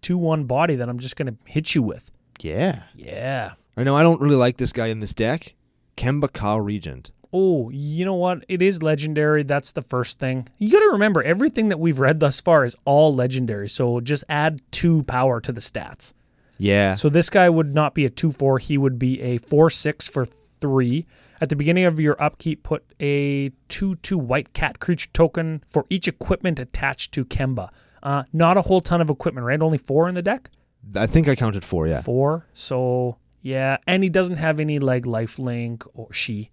Speaker 1: two one body that I'm just gonna hit you with.
Speaker 2: Yeah.
Speaker 1: Yeah.
Speaker 2: I know I don't really like this guy in this deck. Kemba Ka Regent.
Speaker 1: Oh, you know what? It is legendary. That's the first thing. You got to remember, everything that we've read thus far is all legendary. So just add two power to the stats.
Speaker 2: Yeah.
Speaker 1: So this guy would not be a 2 4. He would be a 4 6 for 3. At the beginning of your upkeep, put a 2 2 white cat creature token for each equipment attached to Kemba. Uh, not a whole ton of equipment, right? Only four in the deck?
Speaker 2: I think I counted four, yeah.
Speaker 1: Four. So, yeah. And he doesn't have any like lifelink or she.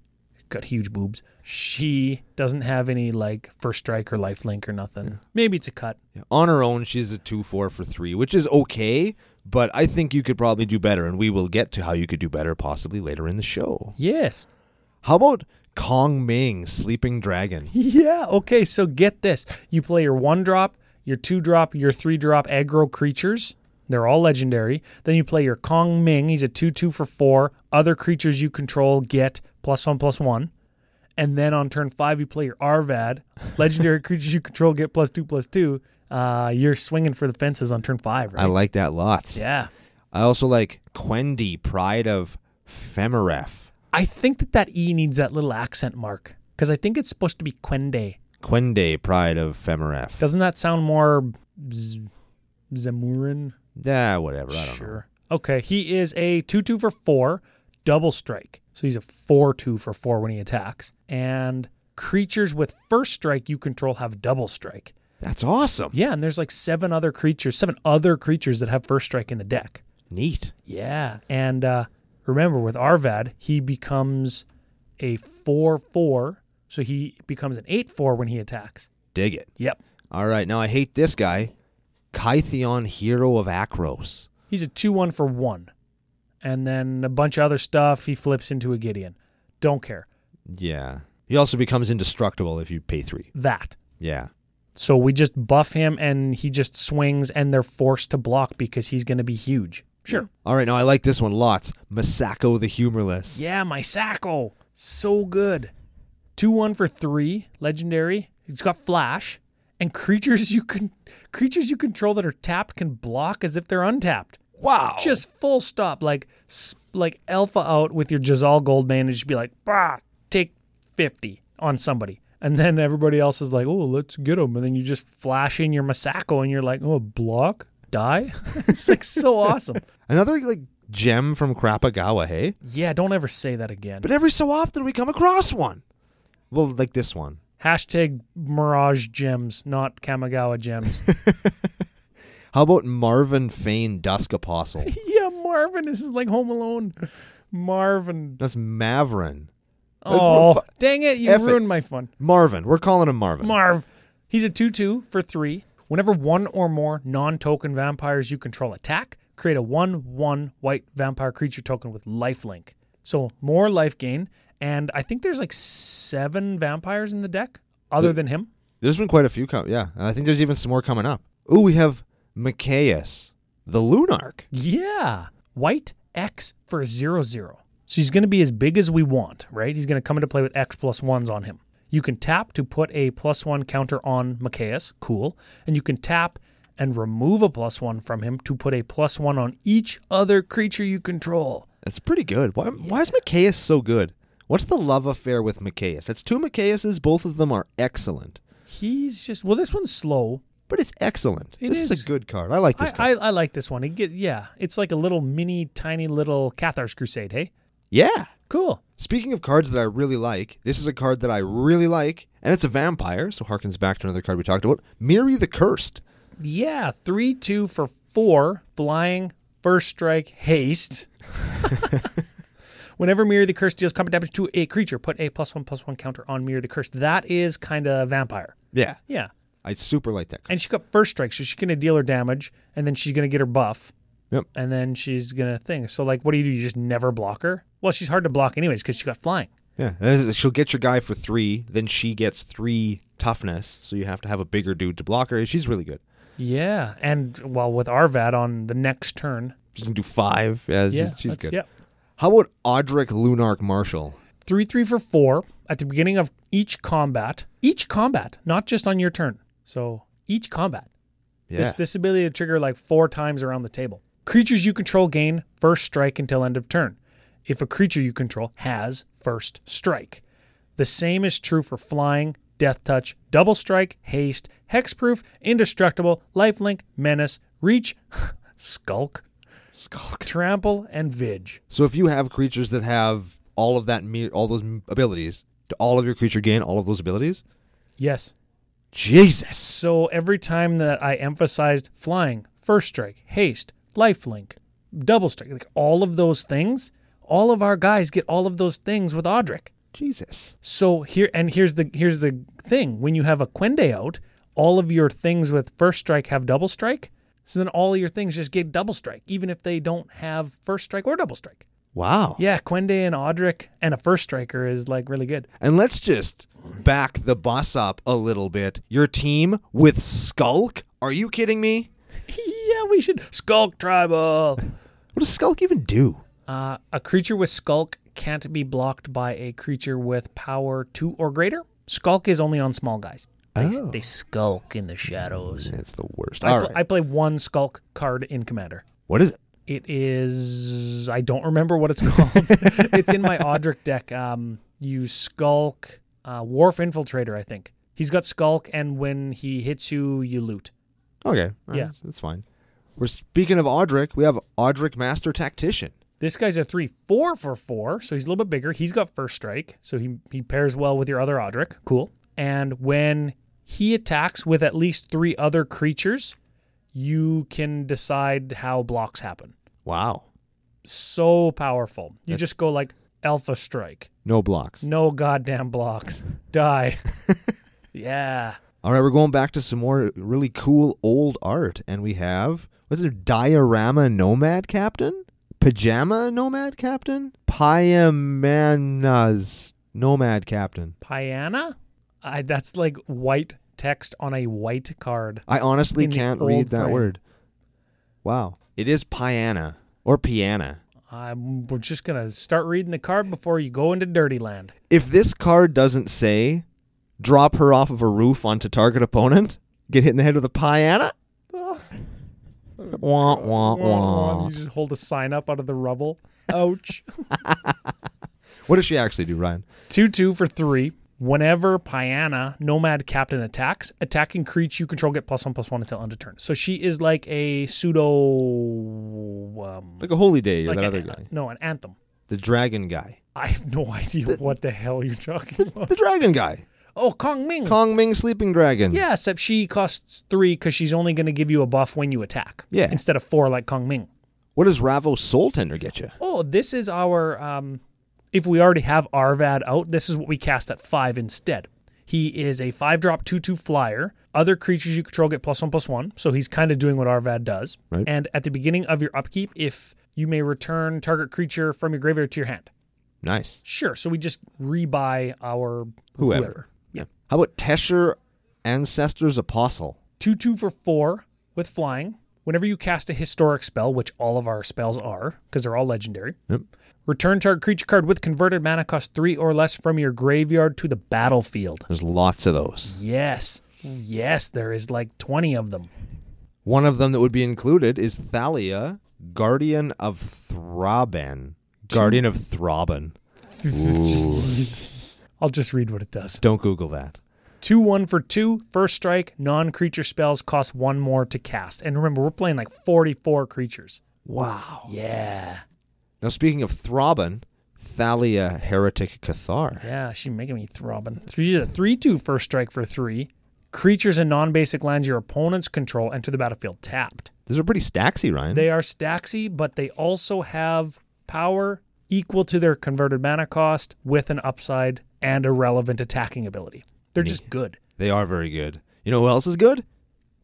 Speaker 1: Got huge boobs. She doesn't have any like first strike or lifelink or nothing. Maybe it's a cut.
Speaker 2: On her own, she's a 2 4 for 3, which is okay, but I think you could probably do better, and we will get to how you could do better possibly later in the show.
Speaker 1: Yes.
Speaker 2: How about Kong Ming, Sleeping Dragon?
Speaker 1: Yeah, okay, so get this. You play your one drop, your two drop, your three drop aggro creatures. They're all legendary. Then you play your Kong Ming. He's a 2 2 for 4. Other creatures you control get plus 1 plus 1. And then on turn 5, you play your Arvad. Legendary creatures you control get plus 2 plus 2. Uh, you're swinging for the fences on turn 5,
Speaker 2: I
Speaker 1: right?
Speaker 2: like that lots.
Speaker 1: yeah.
Speaker 2: I also like Quendi, Pride of Femeref.
Speaker 1: I think that that E needs that little accent mark because I think it's supposed to be Quende.
Speaker 2: Quende, Pride of Femeref.
Speaker 1: Doesn't that sound more Z- Zamurin?
Speaker 2: Yeah, whatever. I don't know.
Speaker 1: Sure. Okay. He is a 2 2 for 4, double strike. So he's a 4 2 for 4 when he attacks. And creatures with first strike you control have double strike.
Speaker 2: That's awesome.
Speaker 1: Yeah. And there's like seven other creatures, seven other creatures that have first strike in the deck.
Speaker 2: Neat.
Speaker 1: Yeah. And uh, remember, with Arvad, he becomes a 4 4. So he becomes an 8 4 when he attacks.
Speaker 2: Dig it.
Speaker 1: Yep.
Speaker 2: All right, now I hate this guy. Kytheon, Hero of Akros.
Speaker 1: He's a 2 1 for 1. And then a bunch of other stuff. He flips into a Gideon. Don't care.
Speaker 2: Yeah. He also becomes indestructible if you pay three.
Speaker 1: That.
Speaker 2: Yeah.
Speaker 1: So we just buff him and he just swings and they're forced to block because he's going to be huge. Sure.
Speaker 2: All right, now I like this one lots. Masako the Humorless.
Speaker 1: Yeah, my Sacco. So good. 2 1 for 3, legendary. It's got flash and creatures you can creatures you control that are tapped can block as if they're untapped.
Speaker 2: Wow.
Speaker 1: Just full stop like s- like alpha out with your Giselle Goldman and just be like, "Bah, take 50 on somebody." And then everybody else is like, "Oh, let's get them." And then you just flash in your Masako and you're like, "Oh, block, die." it's like so awesome.
Speaker 2: Another like gem from Krapagawa, hey?
Speaker 1: Yeah, don't ever say that again.
Speaker 2: But every so often we come across one. Well, like this one.
Speaker 1: Hashtag Mirage Gems, not Kamigawa Gems.
Speaker 2: How about Marvin Fane Dusk Apostle?
Speaker 1: yeah, Marvin. This is like Home Alone. Marvin.
Speaker 2: That's Maverin.
Speaker 1: Oh,
Speaker 2: fu-
Speaker 1: dang it. You
Speaker 2: F it.
Speaker 1: ruined my fun.
Speaker 2: Marvin. We're calling him Marvin.
Speaker 1: Marv. He's a 2 2 for 3. Whenever one or more non token vampires you control attack, create a 1 1 white vampire creature token with lifelink. So more life gain. And I think there's like seven vampires in the deck other than him.
Speaker 2: there's been quite a few. Com- yeah, and I think there's even some more coming up. Ooh, we have Micaeus, the Lunark.
Speaker 1: Yeah. White X for a zero zero. So he's going to be as big as we want, right? He's going to come into play with X plus ones on him. You can tap to put a plus one counter on Micaeus. Cool. And you can tap and remove a plus one from him to put a plus one on each other creature you control.
Speaker 2: That's pretty good. Why, why is Micaeus so good? What's the love affair with Micaeus? That's two Micaeuses. Both of them are excellent,
Speaker 1: He's just, well, this one's slow.
Speaker 2: but it's excellent.
Speaker 1: It
Speaker 2: this is.
Speaker 1: is.
Speaker 2: a good card. I like this card.
Speaker 1: I, I, I like this one. It get, yeah, it's like a little mini, tiny little Cathar's Crusade, hey?
Speaker 2: yeah.
Speaker 1: Cool.
Speaker 2: Speaking of cards that I really like, this is a card that I really like, and it's a vampire, so harkens back to another card we talked about. Miri the Cursed.
Speaker 1: Yeah, three two for four, flying, first strike, haste. Whenever Mirror the Curse deals combat damage to a creature, put a plus one plus one counter on Mirror the Curse. That is kind of vampire.
Speaker 2: Yeah,
Speaker 1: Yeah.
Speaker 2: I super like that card.
Speaker 1: And she got first strike, so she's going to deal her damage, and then she's going to get her buff.
Speaker 2: Yep.
Speaker 1: And then she's going to thing. So, like, what do you do? You just never block her? Well, she's hard to block, anyways, because she got flying.
Speaker 2: Yeah, uh, she'll get your guy for three, then she gets three toughness, so you have to have a bigger dude to block her. She's really good.
Speaker 1: Yeah. And, well, with Arvad on the next turn.
Speaker 2: She can do five. Yeah, she's-
Speaker 1: Yeah.
Speaker 2: she's
Speaker 1: that's-
Speaker 2: good.
Speaker 1: Yep.
Speaker 2: How about Audric Lunark Marshall?
Speaker 1: three three for four at the beginning of each combat. Each combat, not just on your turn. So each combat.
Speaker 2: Yeah.
Speaker 1: This this ability to trigger like four times around the table. Creatures you control gain first strike until end of turn. If a creature you control has first strike. The same is true for flying, death touch, double strike, haste, hexproof, indestructible, lifelink, menace, reach, skulk, trample, and vig.
Speaker 2: So if you have creatures that have all of that, me- all those m- abilities, do all of your creature gain all of those abilities?
Speaker 1: Yes.
Speaker 2: Jesus.
Speaker 1: So every time that I emphasized flying, first strike, haste, lifelink, double strike, like all of those things, all of our guys get all of those things with Audric.
Speaker 2: Jesus.
Speaker 1: So here and here's the here's the thing. When you have a Quende out, all of your things with first strike have double strike. So then all of your things just get double strike, even if they don't have first strike or double strike.
Speaker 2: Wow.
Speaker 1: Yeah, Quende and Audric and a first striker is like really good.
Speaker 2: And let's just back the bus up a little bit. Your team with Skulk? Are you kidding me?
Speaker 1: yeah, we should Skulk Tribal.
Speaker 2: What does Skulk even do?
Speaker 1: Uh, a creature with skulk can't be blocked by a creature with power two or greater. Skulk is only on small guys. They, they skulk in the shadows.
Speaker 2: It's the worst.
Speaker 1: I,
Speaker 2: Oh. All
Speaker 1: pl-
Speaker 2: right.
Speaker 1: I play one skulk card in Commander.
Speaker 2: What is it?
Speaker 1: It is I don't remember what it's called. it's in my Audric deck. Um, you skulk uh, Wharf Infiltrator, I think. He's got skulk, and when he hits you, you loot.
Speaker 2: Okay.
Speaker 1: Yeah.
Speaker 2: That's, that's fine. We're speaking of Audric. We have Audric Master Tactician.
Speaker 1: This guy's a three four for four, so he's a little bit bigger. He's got first strike, so he he pairs well with your other Audric. Cool. And when he attacks with at least three other creatures, you can decide how blocks happen.
Speaker 2: Wow.
Speaker 1: So powerful. You just go like Alpha Strike.
Speaker 2: No blocks.
Speaker 1: No goddamn blocks. Die. yeah.
Speaker 2: All right, we're going back to some more really cool old art, and we have what's it? Diorama Nomad Captain, Pajama Nomad Captain, Pyamanas Nomad Captain.
Speaker 1: Piana? I, that's like white text on a white card.
Speaker 2: I honestly
Speaker 1: In the
Speaker 2: can't read
Speaker 1: old
Speaker 2: that
Speaker 1: frame.
Speaker 2: word. Wow. It is piana or piana.
Speaker 1: I'm, we're just gonna start reading the card before you go into dirty land.
Speaker 2: If this card doesn't say drop her off of a roof onto target opponent, get hit in the head with a piana? Wah, wah, wah.
Speaker 1: You just hold a sign up out of the rubble. Ouch.
Speaker 2: What does she actually do, Ryan?
Speaker 1: 2 2 for 3. Whenever Piana, Nomad Captain, attacks, attacking creature you control get plus 1 plus 1 until end of turn. So she is like a pseudo. Um,
Speaker 2: Like a holy day or
Speaker 1: like
Speaker 2: that
Speaker 1: an-
Speaker 2: other guy.
Speaker 1: No, an anthem.
Speaker 2: The dragon guy.
Speaker 1: I have no idea what the hell you're talking about.
Speaker 2: The dragon guy.
Speaker 1: Oh, Kong Ming.
Speaker 2: Kong Ming sleeping dragon.
Speaker 1: yeah, except she costs 3 because she's only going to give you a buff when you attack.
Speaker 2: Yeah.
Speaker 1: Instead of 4 like Kong Ming.
Speaker 2: What does Ravo Soul Tender get you?
Speaker 1: Oh, this is our. Um, if we already have Arvad out, this is what we cast at five instead. He is a five drop 2 2 flyer. Other creatures you control get plus one plus one. So he's kind of doing what Arvad does.
Speaker 2: Right.
Speaker 1: And at the beginning of your upkeep, if you may return target creature from your graveyard to your hand.
Speaker 2: Nice.
Speaker 1: Sure. So we just rebuy our
Speaker 2: Whoever.
Speaker 1: whoever.
Speaker 2: Yeah. How about Tesher Ancestor's Apostle?
Speaker 1: 2 2 for 4 with flying. Whenever you cast a historic spell, which all of our spells are, because they're all legendary,
Speaker 2: Yep.
Speaker 1: return target creature card with converted mana cost 3 or less from your graveyard to the battlefield.
Speaker 2: There's lots of those.
Speaker 1: Yes. Yes, there is like 20 of them.
Speaker 2: One of them that would be included is Thalia, Guardian of Thraben. Guardian of Thraben.
Speaker 1: I'll just read what it does.
Speaker 2: Don't Google that.
Speaker 1: 2 1 for 2, first strike, non creature spells cost 1 more to cast. And remember, we're playing like 44 creatures.
Speaker 2: Wow.
Speaker 1: Yeah.
Speaker 2: Now, speaking of Thraben, Thalia Heretic Cathar.
Speaker 1: Yeah, she's making me throbbing. Three to three two first strike for three. Creatures and non-basic lands your opponents control enter the battlefield tapped.
Speaker 2: These are pretty stacksy, Ryan.
Speaker 1: They are staxy, but they also have power equal to their converted mana cost with an upside and a relevant attacking ability. They're just good.
Speaker 2: They are very good. You know who else is good?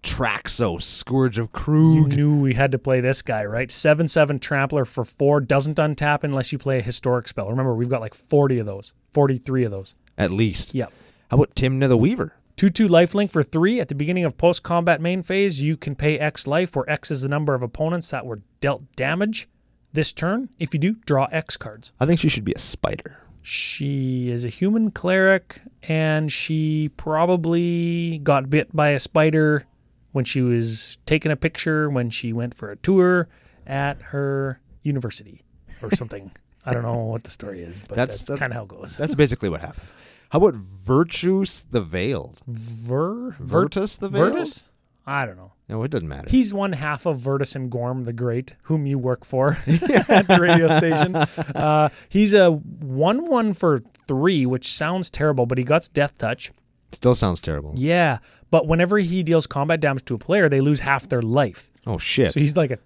Speaker 2: Traxo, Scourge of
Speaker 1: You
Speaker 2: Krug.
Speaker 1: knew we had to play this guy, right? Seven seven trampler for four doesn't untap unless you play a historic spell. Remember, we've got like forty of those, forty-three of those.
Speaker 2: At least.
Speaker 1: Yep.
Speaker 2: How about Timna the Weaver?
Speaker 1: 2 2 lifelink for 3. At the beginning of post combat main phase, you can pay X life, where X is the number of opponents that were dealt damage this turn. If you do, draw X cards.
Speaker 2: I think she should be a spider.
Speaker 1: She is a human cleric, and she probably got bit by a spider when she was taking a picture when she went for a tour at her university or something. I don't know what the story is, but
Speaker 2: That's-
Speaker 1: that's,
Speaker 2: that-
Speaker 1: kind of how it goes.
Speaker 2: That's basically what happened. How about Virtus the Veiled?
Speaker 1: Ver, Ver-
Speaker 2: Virtus the Veiled?
Speaker 1: Vertus? I don't know.
Speaker 2: No, it doesn't matter.
Speaker 1: He's one half of Vertus and Gorm the Great, whom you work for at the radio station. Uh, he's a 1 1 for 3, which sounds terrible, but he gets Death Touch.
Speaker 2: Still sounds terrible.
Speaker 1: Yeah, but whenever he deals combat damage to a player, they lose half their life.
Speaker 2: Oh shit.
Speaker 1: So he's like a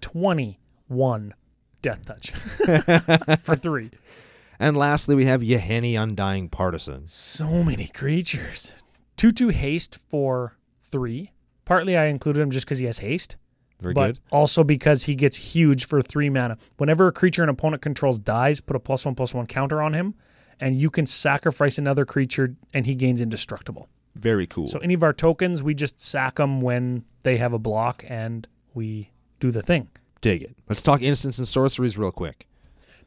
Speaker 1: 21 Death Touch for 3.
Speaker 2: and lastly, we have Yeheni Undying Partisan.
Speaker 1: So many creatures. 2 2 Haste for 3. Partly I included him just because he has haste.
Speaker 2: Very
Speaker 1: but
Speaker 2: good.
Speaker 1: also because he gets huge for three mana. Whenever a creature an opponent controls dies, put a plus one plus one counter on him, and you can sacrifice another creature, and he gains indestructible.
Speaker 2: Very cool.
Speaker 1: So any of our tokens, we just sack them when they have a block, and we do the thing.
Speaker 2: Dig it. Let's talk instants and sorceries real quick.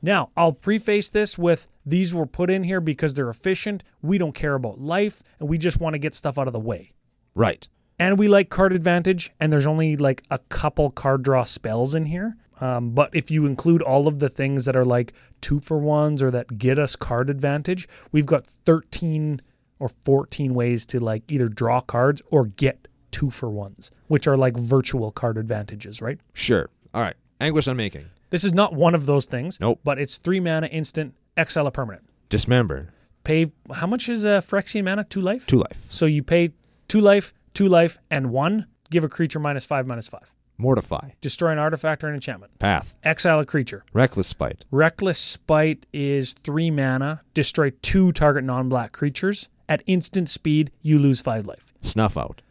Speaker 1: Now, I'll preface this with these were put in here because they're efficient. We don't care about life, and we just want to get stuff out of the way.
Speaker 2: Right.
Speaker 1: and we like card advantage and there's only like a couple card draw spells in here um, but if you include all of the things that are like two for ones or that get us card advantage we've got 13 or 14 ways to like either draw cards or get two for ones which are like virtual card advantages right
Speaker 2: Sure. All right. Anguish Unmaking.
Speaker 1: this is not one of those things
Speaker 2: Nope.
Speaker 1: but it's three mana instant exile a permanent
Speaker 2: Dismember.
Speaker 1: pay how much is a phyrexian mana two life
Speaker 2: Two life.
Speaker 1: so you pay two life two life and one give a creature minus five minus five
Speaker 2: Mortify.
Speaker 1: destroy an artifact or an enchantment,
Speaker 2: Path.
Speaker 1: exile a creature.
Speaker 2: Reckless Spite.
Speaker 1: Reckless Spite is three mana, destroy two target non black creatures. At instant speed, you lose five life.
Speaker 2: Snuff Out.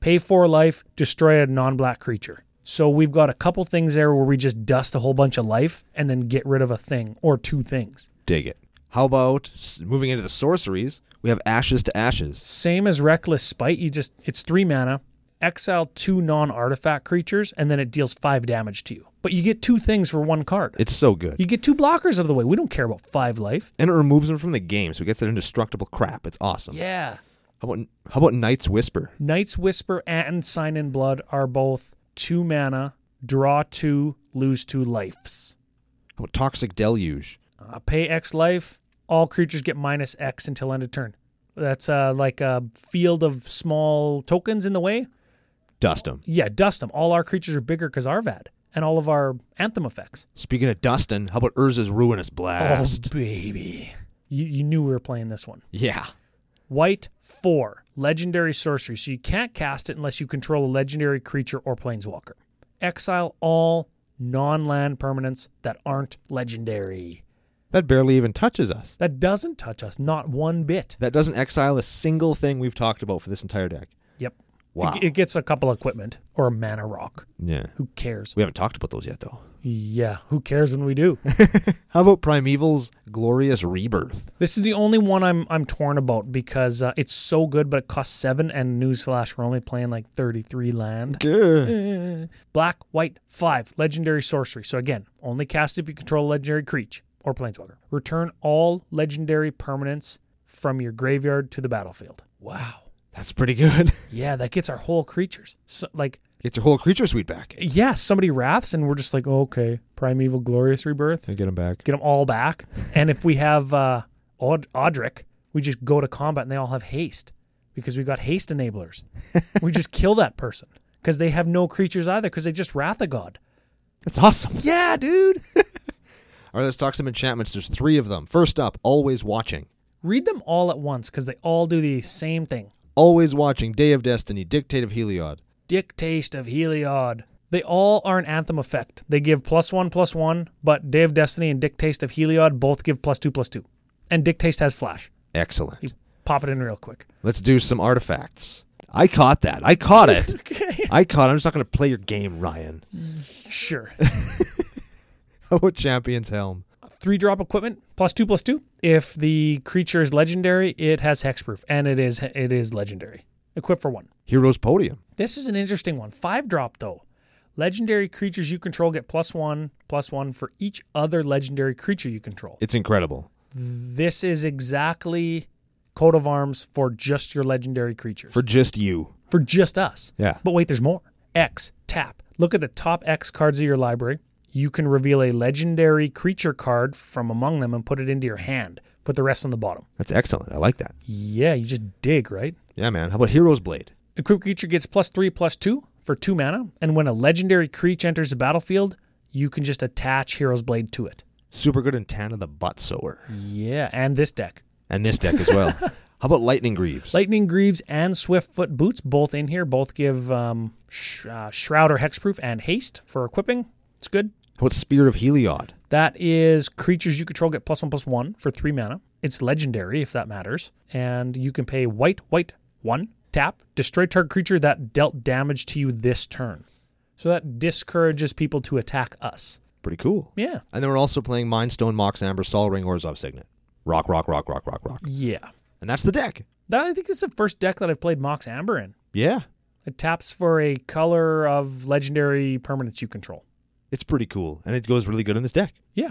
Speaker 1: Pay four life, destroy a non black creature. So we've got a couple things there where we just dust a whole bunch of life and then get rid of a thing or two things.
Speaker 2: Dig it. How about s- moving into the sorceries? We have Ashes to Ashes.
Speaker 1: Same as Reckless Spite. You just it's three mana. Exile two non-artifact creatures, and then it deals five damage to you. But you get two things for one card.
Speaker 2: It's so good.
Speaker 1: You get two blockers out of the way. We don't care about five life.
Speaker 2: And it removes him from the game, so he gets that indestructible crap. It's awesome.
Speaker 1: Yeah.
Speaker 2: How about how about Knight's Whisper?
Speaker 1: Knight's Whisper and Sign in Blood are both two mana, draw two, lose two lives.
Speaker 2: How about Toxic Deluge?
Speaker 1: Uh, pay X life. All creatures get minus X until end of turn. That's uh, like a field of small tokens in the way.
Speaker 2: Dust him.
Speaker 1: Yeah, dust them. All our creatures are bigger because Arvad and all of our anthem effects.
Speaker 2: Speaking of Dustin, how about Urza's Ruinous Blast?
Speaker 1: Oh, baby. You, you knew we were playing this one.
Speaker 2: Oh, Yeah.
Speaker 1: White four, legendary sorcery. So you can't cast it unless you control a legendary creature or planeswalker. Exile all non land permanents that aren't legendary.
Speaker 2: That barely even touches us.
Speaker 1: That doesn't touch us, not one bit.
Speaker 2: That doesn't exile a single thing we've talked about for this entire deck.
Speaker 1: Yep.
Speaker 2: Wow.
Speaker 1: It, it gets a couple equipment or a mana rock.
Speaker 2: Yeah.
Speaker 1: Who cares?
Speaker 2: We haven't talked about those yet, though.
Speaker 1: Yeah, who cares when we do?
Speaker 2: How about Primeval's Glorious Rebirth?
Speaker 1: This is the only one I'm I'm torn about because uh, it's so good, but it costs seven. And newsflash, we're only playing like 33 land. Eh. Black, white, five, legendary sorcery. So again, only cast if you control a legendary creature or planeswalker. Return all legendary permanents from your graveyard to the battlefield. Wow.
Speaker 2: That's pretty good.
Speaker 1: Yeah, that gets our whole creatures. So, like,
Speaker 2: Get your whole creature suite back.
Speaker 1: yeah, somebody wraths, and we're just like, oh, okay, primeval, glorious rebirth.
Speaker 2: And get him back.
Speaker 1: get them all back. And if we have uh, Aud- Audric, we just go to combat and they all have haste because we got haste enablers. we just kill that person because they have no creatures either because they just wrath a god.
Speaker 2: That's awesome.
Speaker 1: Yeah, dude.
Speaker 2: All right, let's talk some enchantments. There's three of them. First up, Always Watching.
Speaker 1: Read them all at once because they all do the same thing.
Speaker 2: Always Watching, Day of Destiny, Dictate of Heliod.
Speaker 1: Dictaste of Heliod. They all are an anthem effect. They give plus one, plus one, but Day of Destiny and Dictaste of Heliod both give plus two, plus two. And Dictaste has flash.
Speaker 2: Excellent.
Speaker 1: Pop it in real quick.
Speaker 2: Let's do some artifacts. I caught that. I caught it.
Speaker 1: Okay.
Speaker 2: I caught it. I'm just not going to play your game, Ryan.
Speaker 1: Sure.
Speaker 2: How about Champion's Helm?
Speaker 1: three drop equipment plus two plus two. If the creature is legendary, it has hexproof, and it is it is legendary. Equip for one.
Speaker 2: Hero's Podium.
Speaker 1: This is an interesting one. Five drop though. Legendary creatures you control get plus one, plus one for each other legendary creature you control.
Speaker 2: It's incredible.
Speaker 1: This is exactly coat of arms for just your legendary creatures.
Speaker 2: For just you.
Speaker 1: for just us.
Speaker 2: Yeah.
Speaker 1: But wait, there's more. X, tap. Look at the top X cards of your library. You can reveal a legendary creature card from among them and put it into your hand. Put the rest on the bottom.
Speaker 2: That's excellent. I like that.
Speaker 1: Yeah, you just dig, right?
Speaker 2: Yeah, man. How about Hero's Blade?
Speaker 1: A crew creature gets plus three, plus two for two mana. And when a legendary creature enters the battlefield, you can just attach Hero's Blade to it.
Speaker 2: Super good in Tana the Butt Sower.
Speaker 1: Hmm. Yeah, and this deck.
Speaker 2: And this deck as well. How about Lightning Greaves?
Speaker 1: Lightning Greaves and Swiftfoot Boots, both in here, both give um, sh- uh, Shroud or Hexproof and Haste for equipping. It's good.
Speaker 2: How about Spear of Heliod?
Speaker 1: That is creatures you control get plus one plus one for three mana. It's legendary if that matters. And you can pay white, white, one, tap, destroy target creature that dealt damage to you this turn. So that discourages people to attack us.
Speaker 2: Pretty cool.
Speaker 1: Yeah.
Speaker 2: And then we're also playing Mind Stone, Mox Amber, Sol Ring, Orzhov Signet. Rock, rock, rock, rock, rock, rock.
Speaker 1: Yeah.
Speaker 2: And that's the deck.
Speaker 1: That I think is the first deck that I've played Mox Amber in.
Speaker 2: Yeah.
Speaker 1: It taps for a color of legendary permanents you control.
Speaker 2: It's pretty cool. And it goes really good in this deck.
Speaker 1: Yeah.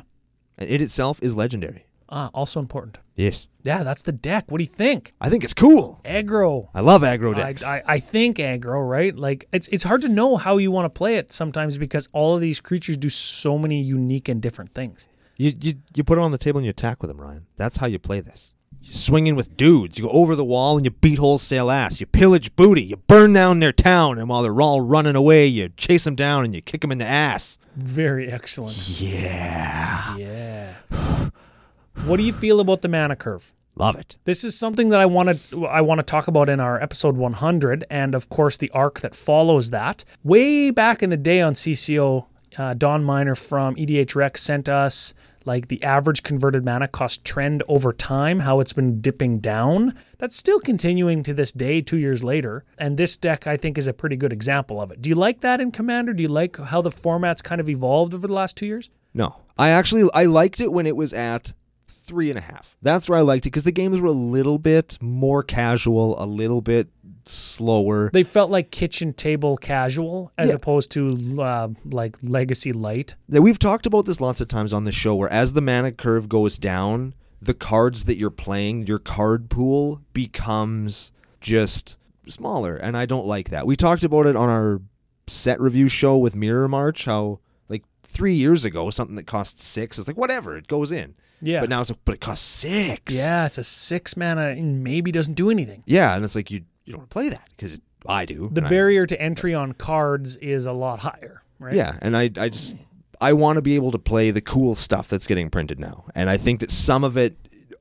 Speaker 2: And it itself is legendary.
Speaker 1: Ah, also important.
Speaker 2: Yes.
Speaker 1: Yeah, that's the deck. What do you think?
Speaker 2: I think it's cool.
Speaker 1: Aggro.
Speaker 2: I love aggro
Speaker 1: I,
Speaker 2: decks.
Speaker 1: I, I think aggro, right? Like it's it's hard to know how you want to play it sometimes because all of these creatures do so many unique and different things.
Speaker 2: you, you you put it on the table and you attack with them, Ryan. That's how you play this. You swing in with dudes. You go over the wall and you beat wholesale ass. You pillage booty. You burn down their town. And while they're all running away, you chase them down and you kick them in the ass.
Speaker 1: Very excellent.
Speaker 2: Yeah.
Speaker 1: Yeah. What do you feel about the mana curve?
Speaker 2: Love it.
Speaker 1: This is something that I want to I want to talk about in our episode 100, and of course the arc that follows that. Way back in the day on CCO, uh, Don Miner from EDH Rec sent us like the average converted mana cost trend over time, how it's been dipping down. That's still continuing to this day, two years later. And this deck, I think, is a pretty good example of it. Do you like that in Commander? Do you like how the format's kind of evolved over the last two years?
Speaker 2: No. I actually I liked it when it was at three and a half. That's where I liked it because the games were a little bit more casual, a little bit slower.
Speaker 1: They felt like kitchen table casual as opposed to uh, like legacy light.
Speaker 2: Now, we've talked about this lots of times on the show where as the mana curve goes down, the cards that you're playing, your card pool becomes just smaller. And I don't like that. We talked about it on our set review show with Mirror March, how like three years ago, something that cost six is like, whatever, it goes in.
Speaker 1: Yeah.
Speaker 2: But now it's like, but it costs six.
Speaker 1: yeah, it's a six mana and maybe doesn't do anything.
Speaker 2: Yeah. And it's like, you, you don't want to play that because I do.
Speaker 1: The
Speaker 2: and I-
Speaker 1: barrier to entry on cards is a lot higher, right?
Speaker 2: Yeah, and I, I just I want to be able to play the cool stuff that's getting printed now, and I think that some of it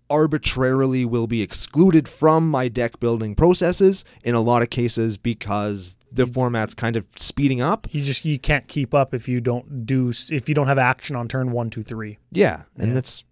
Speaker 2: arbitrarily will be excluded from my deck building processes in a lot of cases because the
Speaker 1: Mm.
Speaker 2: format's kind of speeding up.
Speaker 1: You just you can't keep up if you don't do s- if you don't have action on turn one, two, three.
Speaker 2: Yeah, and that's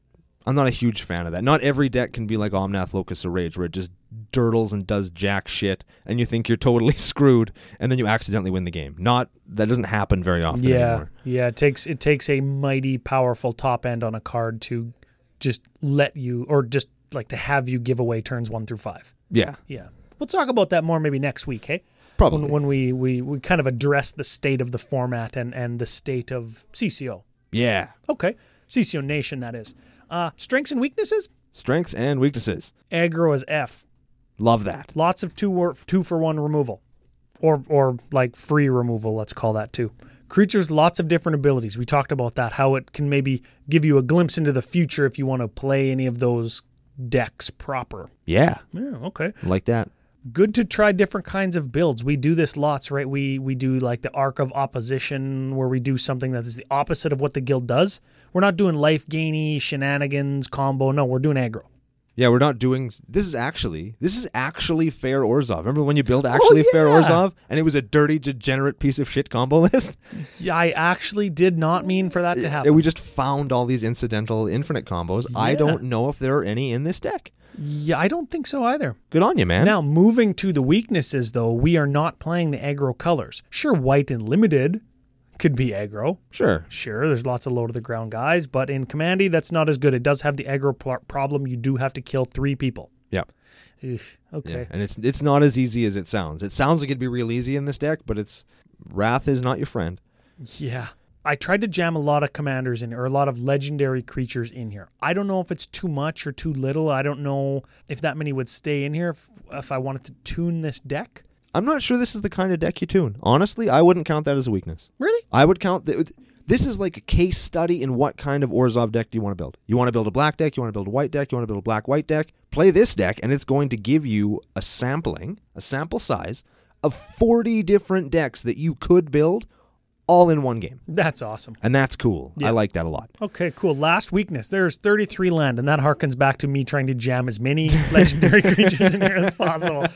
Speaker 2: I'm not a huge fan of that. Not every deck can be like Omnath Locus of Rage, where it just dirtles and does jack shit, and you think you're totally screwed, and then you accidentally win the game. Not that doesn't happen very often
Speaker 1: yeah,
Speaker 2: anymore.
Speaker 1: yeah. It takes it takes a mighty powerful top end on a card to just let you or just like to have you give away turns one through five.
Speaker 2: Yeah,
Speaker 1: Yeah, we'll talk about that more maybe next week. Hey,
Speaker 2: probably.
Speaker 1: when, when we, we we kind of address the state of the format and and the state of CCO.
Speaker 2: yeah.
Speaker 1: Okay, CCO Nation that is. Uh, strengths and weaknesses.
Speaker 2: Strengths and weaknesses.
Speaker 1: Aggro is F.
Speaker 2: Love that.
Speaker 1: lots of two or two for one removal or or like free removal let's call that too creatures lots of different abilities we talked about that how it can maybe give you a glimpse into the future if you want to play any of those decks proper
Speaker 2: Yeah.
Speaker 1: yeah okay
Speaker 2: Like that.
Speaker 1: good to try different kinds of builds we do this lots right we we do like the arc of opposition where we do something that is the opposite of what the guild does we're not doing life gainy shenanigans combo no we're doing aggro
Speaker 2: Yeah, we're not doing this is actually this is actually fair Orzov. Remember when you built actually fair
Speaker 1: yeah.
Speaker 2: Orzov and it was a dirty degenerate piece of shit combo list?
Speaker 1: Yeah, i actually did not mean for that to happen
Speaker 2: And we just found all these incidental infinite combos. I
Speaker 1: Yeah.
Speaker 2: don't know if there are any in this deck.
Speaker 1: yeah i don't think so either
Speaker 2: Good on you, man.
Speaker 1: Now, moving to the weaknesses, though, we are not playing the aggro colors. Sure, white and limited could be aggro.
Speaker 2: Sure.
Speaker 1: Sure, there's lots of low to the ground guys, but in Commandy, that's not as good. It does have the aggro pl- problem. You do have to kill three people.
Speaker 2: Yeah.
Speaker 1: Oof, okay.
Speaker 2: Yeah. And it's it's not as easy as it sounds. It sounds like it'd be real easy in this deck, but it's Wrath is not your friend.
Speaker 1: Yeah. I tried to jam a lot of commanders in here, or a lot of legendary creatures in here. I don't know if it's too much or too little. I don't know if that many would stay in here if, if I wanted to tune this deck.
Speaker 2: I'm not sure this is the kind of deck you tune. Honestly, I wouldn't count that as a weakness.
Speaker 1: Really?
Speaker 2: I would count that. This is like a case study in what kind of Orzov deck do you want to build. You want to build a black deck, you want to build a white deck, you want to build a black white deck. Play this deck, and it's going to give you a sampling, a sample size of 40 different decks that you could build all in one game.
Speaker 1: That's awesome.
Speaker 2: And that's cool. I like that a lot.
Speaker 1: Okay, cool. Last weakness. There's 33 land, and that harkens back to me trying to jam as many legendary creatures in here as possible.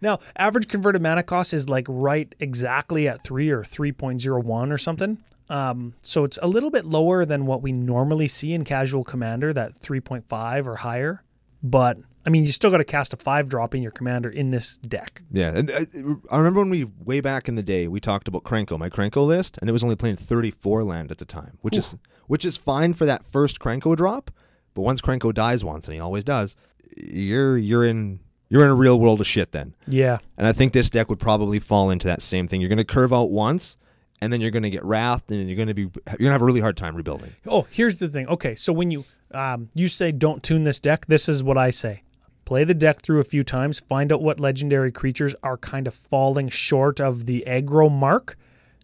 Speaker 1: Now, average converted mana cost is like right exactly at three or 3.01 or something. Um, so it's a little bit lower than what we normally see in casual commander, that 3.5 or higher. But I mean, you still got to cast a five drop in your commander in this deck.
Speaker 2: Yeah, and uh, I, I remember when we way back in the day we talked about Krenko, my Krenko list, and it was only playing 34 land at the time, which is which is fine for that first Krenko drop, but once Krenko dies once, and he always does, you're you're in you're in a real world of shit then.
Speaker 1: Yeah.
Speaker 2: And I think this deck would probably fall into that same thing. You're going to curve out once, and then you're going to get wrathed, and you're going to be you're going to have a really hard time rebuilding.
Speaker 1: Oh, here's the thing. Okay, so when you um, you say don't tune this deck, this is what I say. Play the deck through a few times, find out what legendary creatures are kind of falling short of the aggro mark.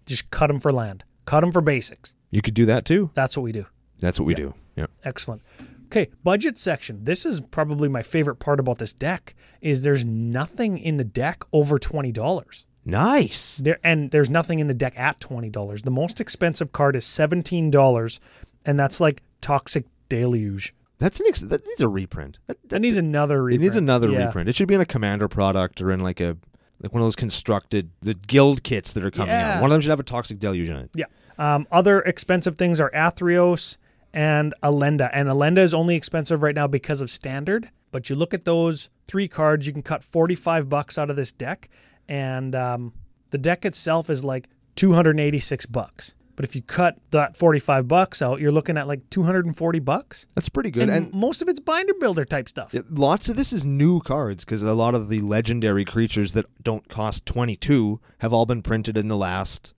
Speaker 1: Just cut them for land. Cut them for basics.
Speaker 2: You could do that too.
Speaker 1: That's what we do.
Speaker 2: That's what we do. Yeah.
Speaker 1: Excellent. Okay, budget section. This is probably my favorite part about this deck is there's nothing in the deck over $20.
Speaker 2: Nice.
Speaker 1: There and there's nothing in the deck at twenty dollars. The most expensive card is seventeen dollars, and that's like Toxic Deluge.
Speaker 2: That's an ex- that needs a reprint. That,
Speaker 1: That needs another
Speaker 2: It
Speaker 1: reprint.
Speaker 2: needs another
Speaker 1: Yeah.
Speaker 2: reprint. It should be in a commander product or in like a like one of those constructed the guild kits that are coming out.
Speaker 1: Yeah.
Speaker 2: One of them should have a toxic deluge in it.
Speaker 1: Yeah. Um, other expensive things are Athreos and Alenda. And Alenda is only expensive right now because of standard. But you look at those three cards, you can cut 45 bucks out of this deck. And um, the deck itself is like 286 bucks. But if you cut that 45 bucks out, you're looking at like 240 bucks.
Speaker 2: That's pretty good.
Speaker 1: And,
Speaker 2: And,
Speaker 1: most of it's binder builder type stuff.
Speaker 2: it- lots of this is new cards because a lot of the legendary creatures that don't cost 22 have all been printed in the last,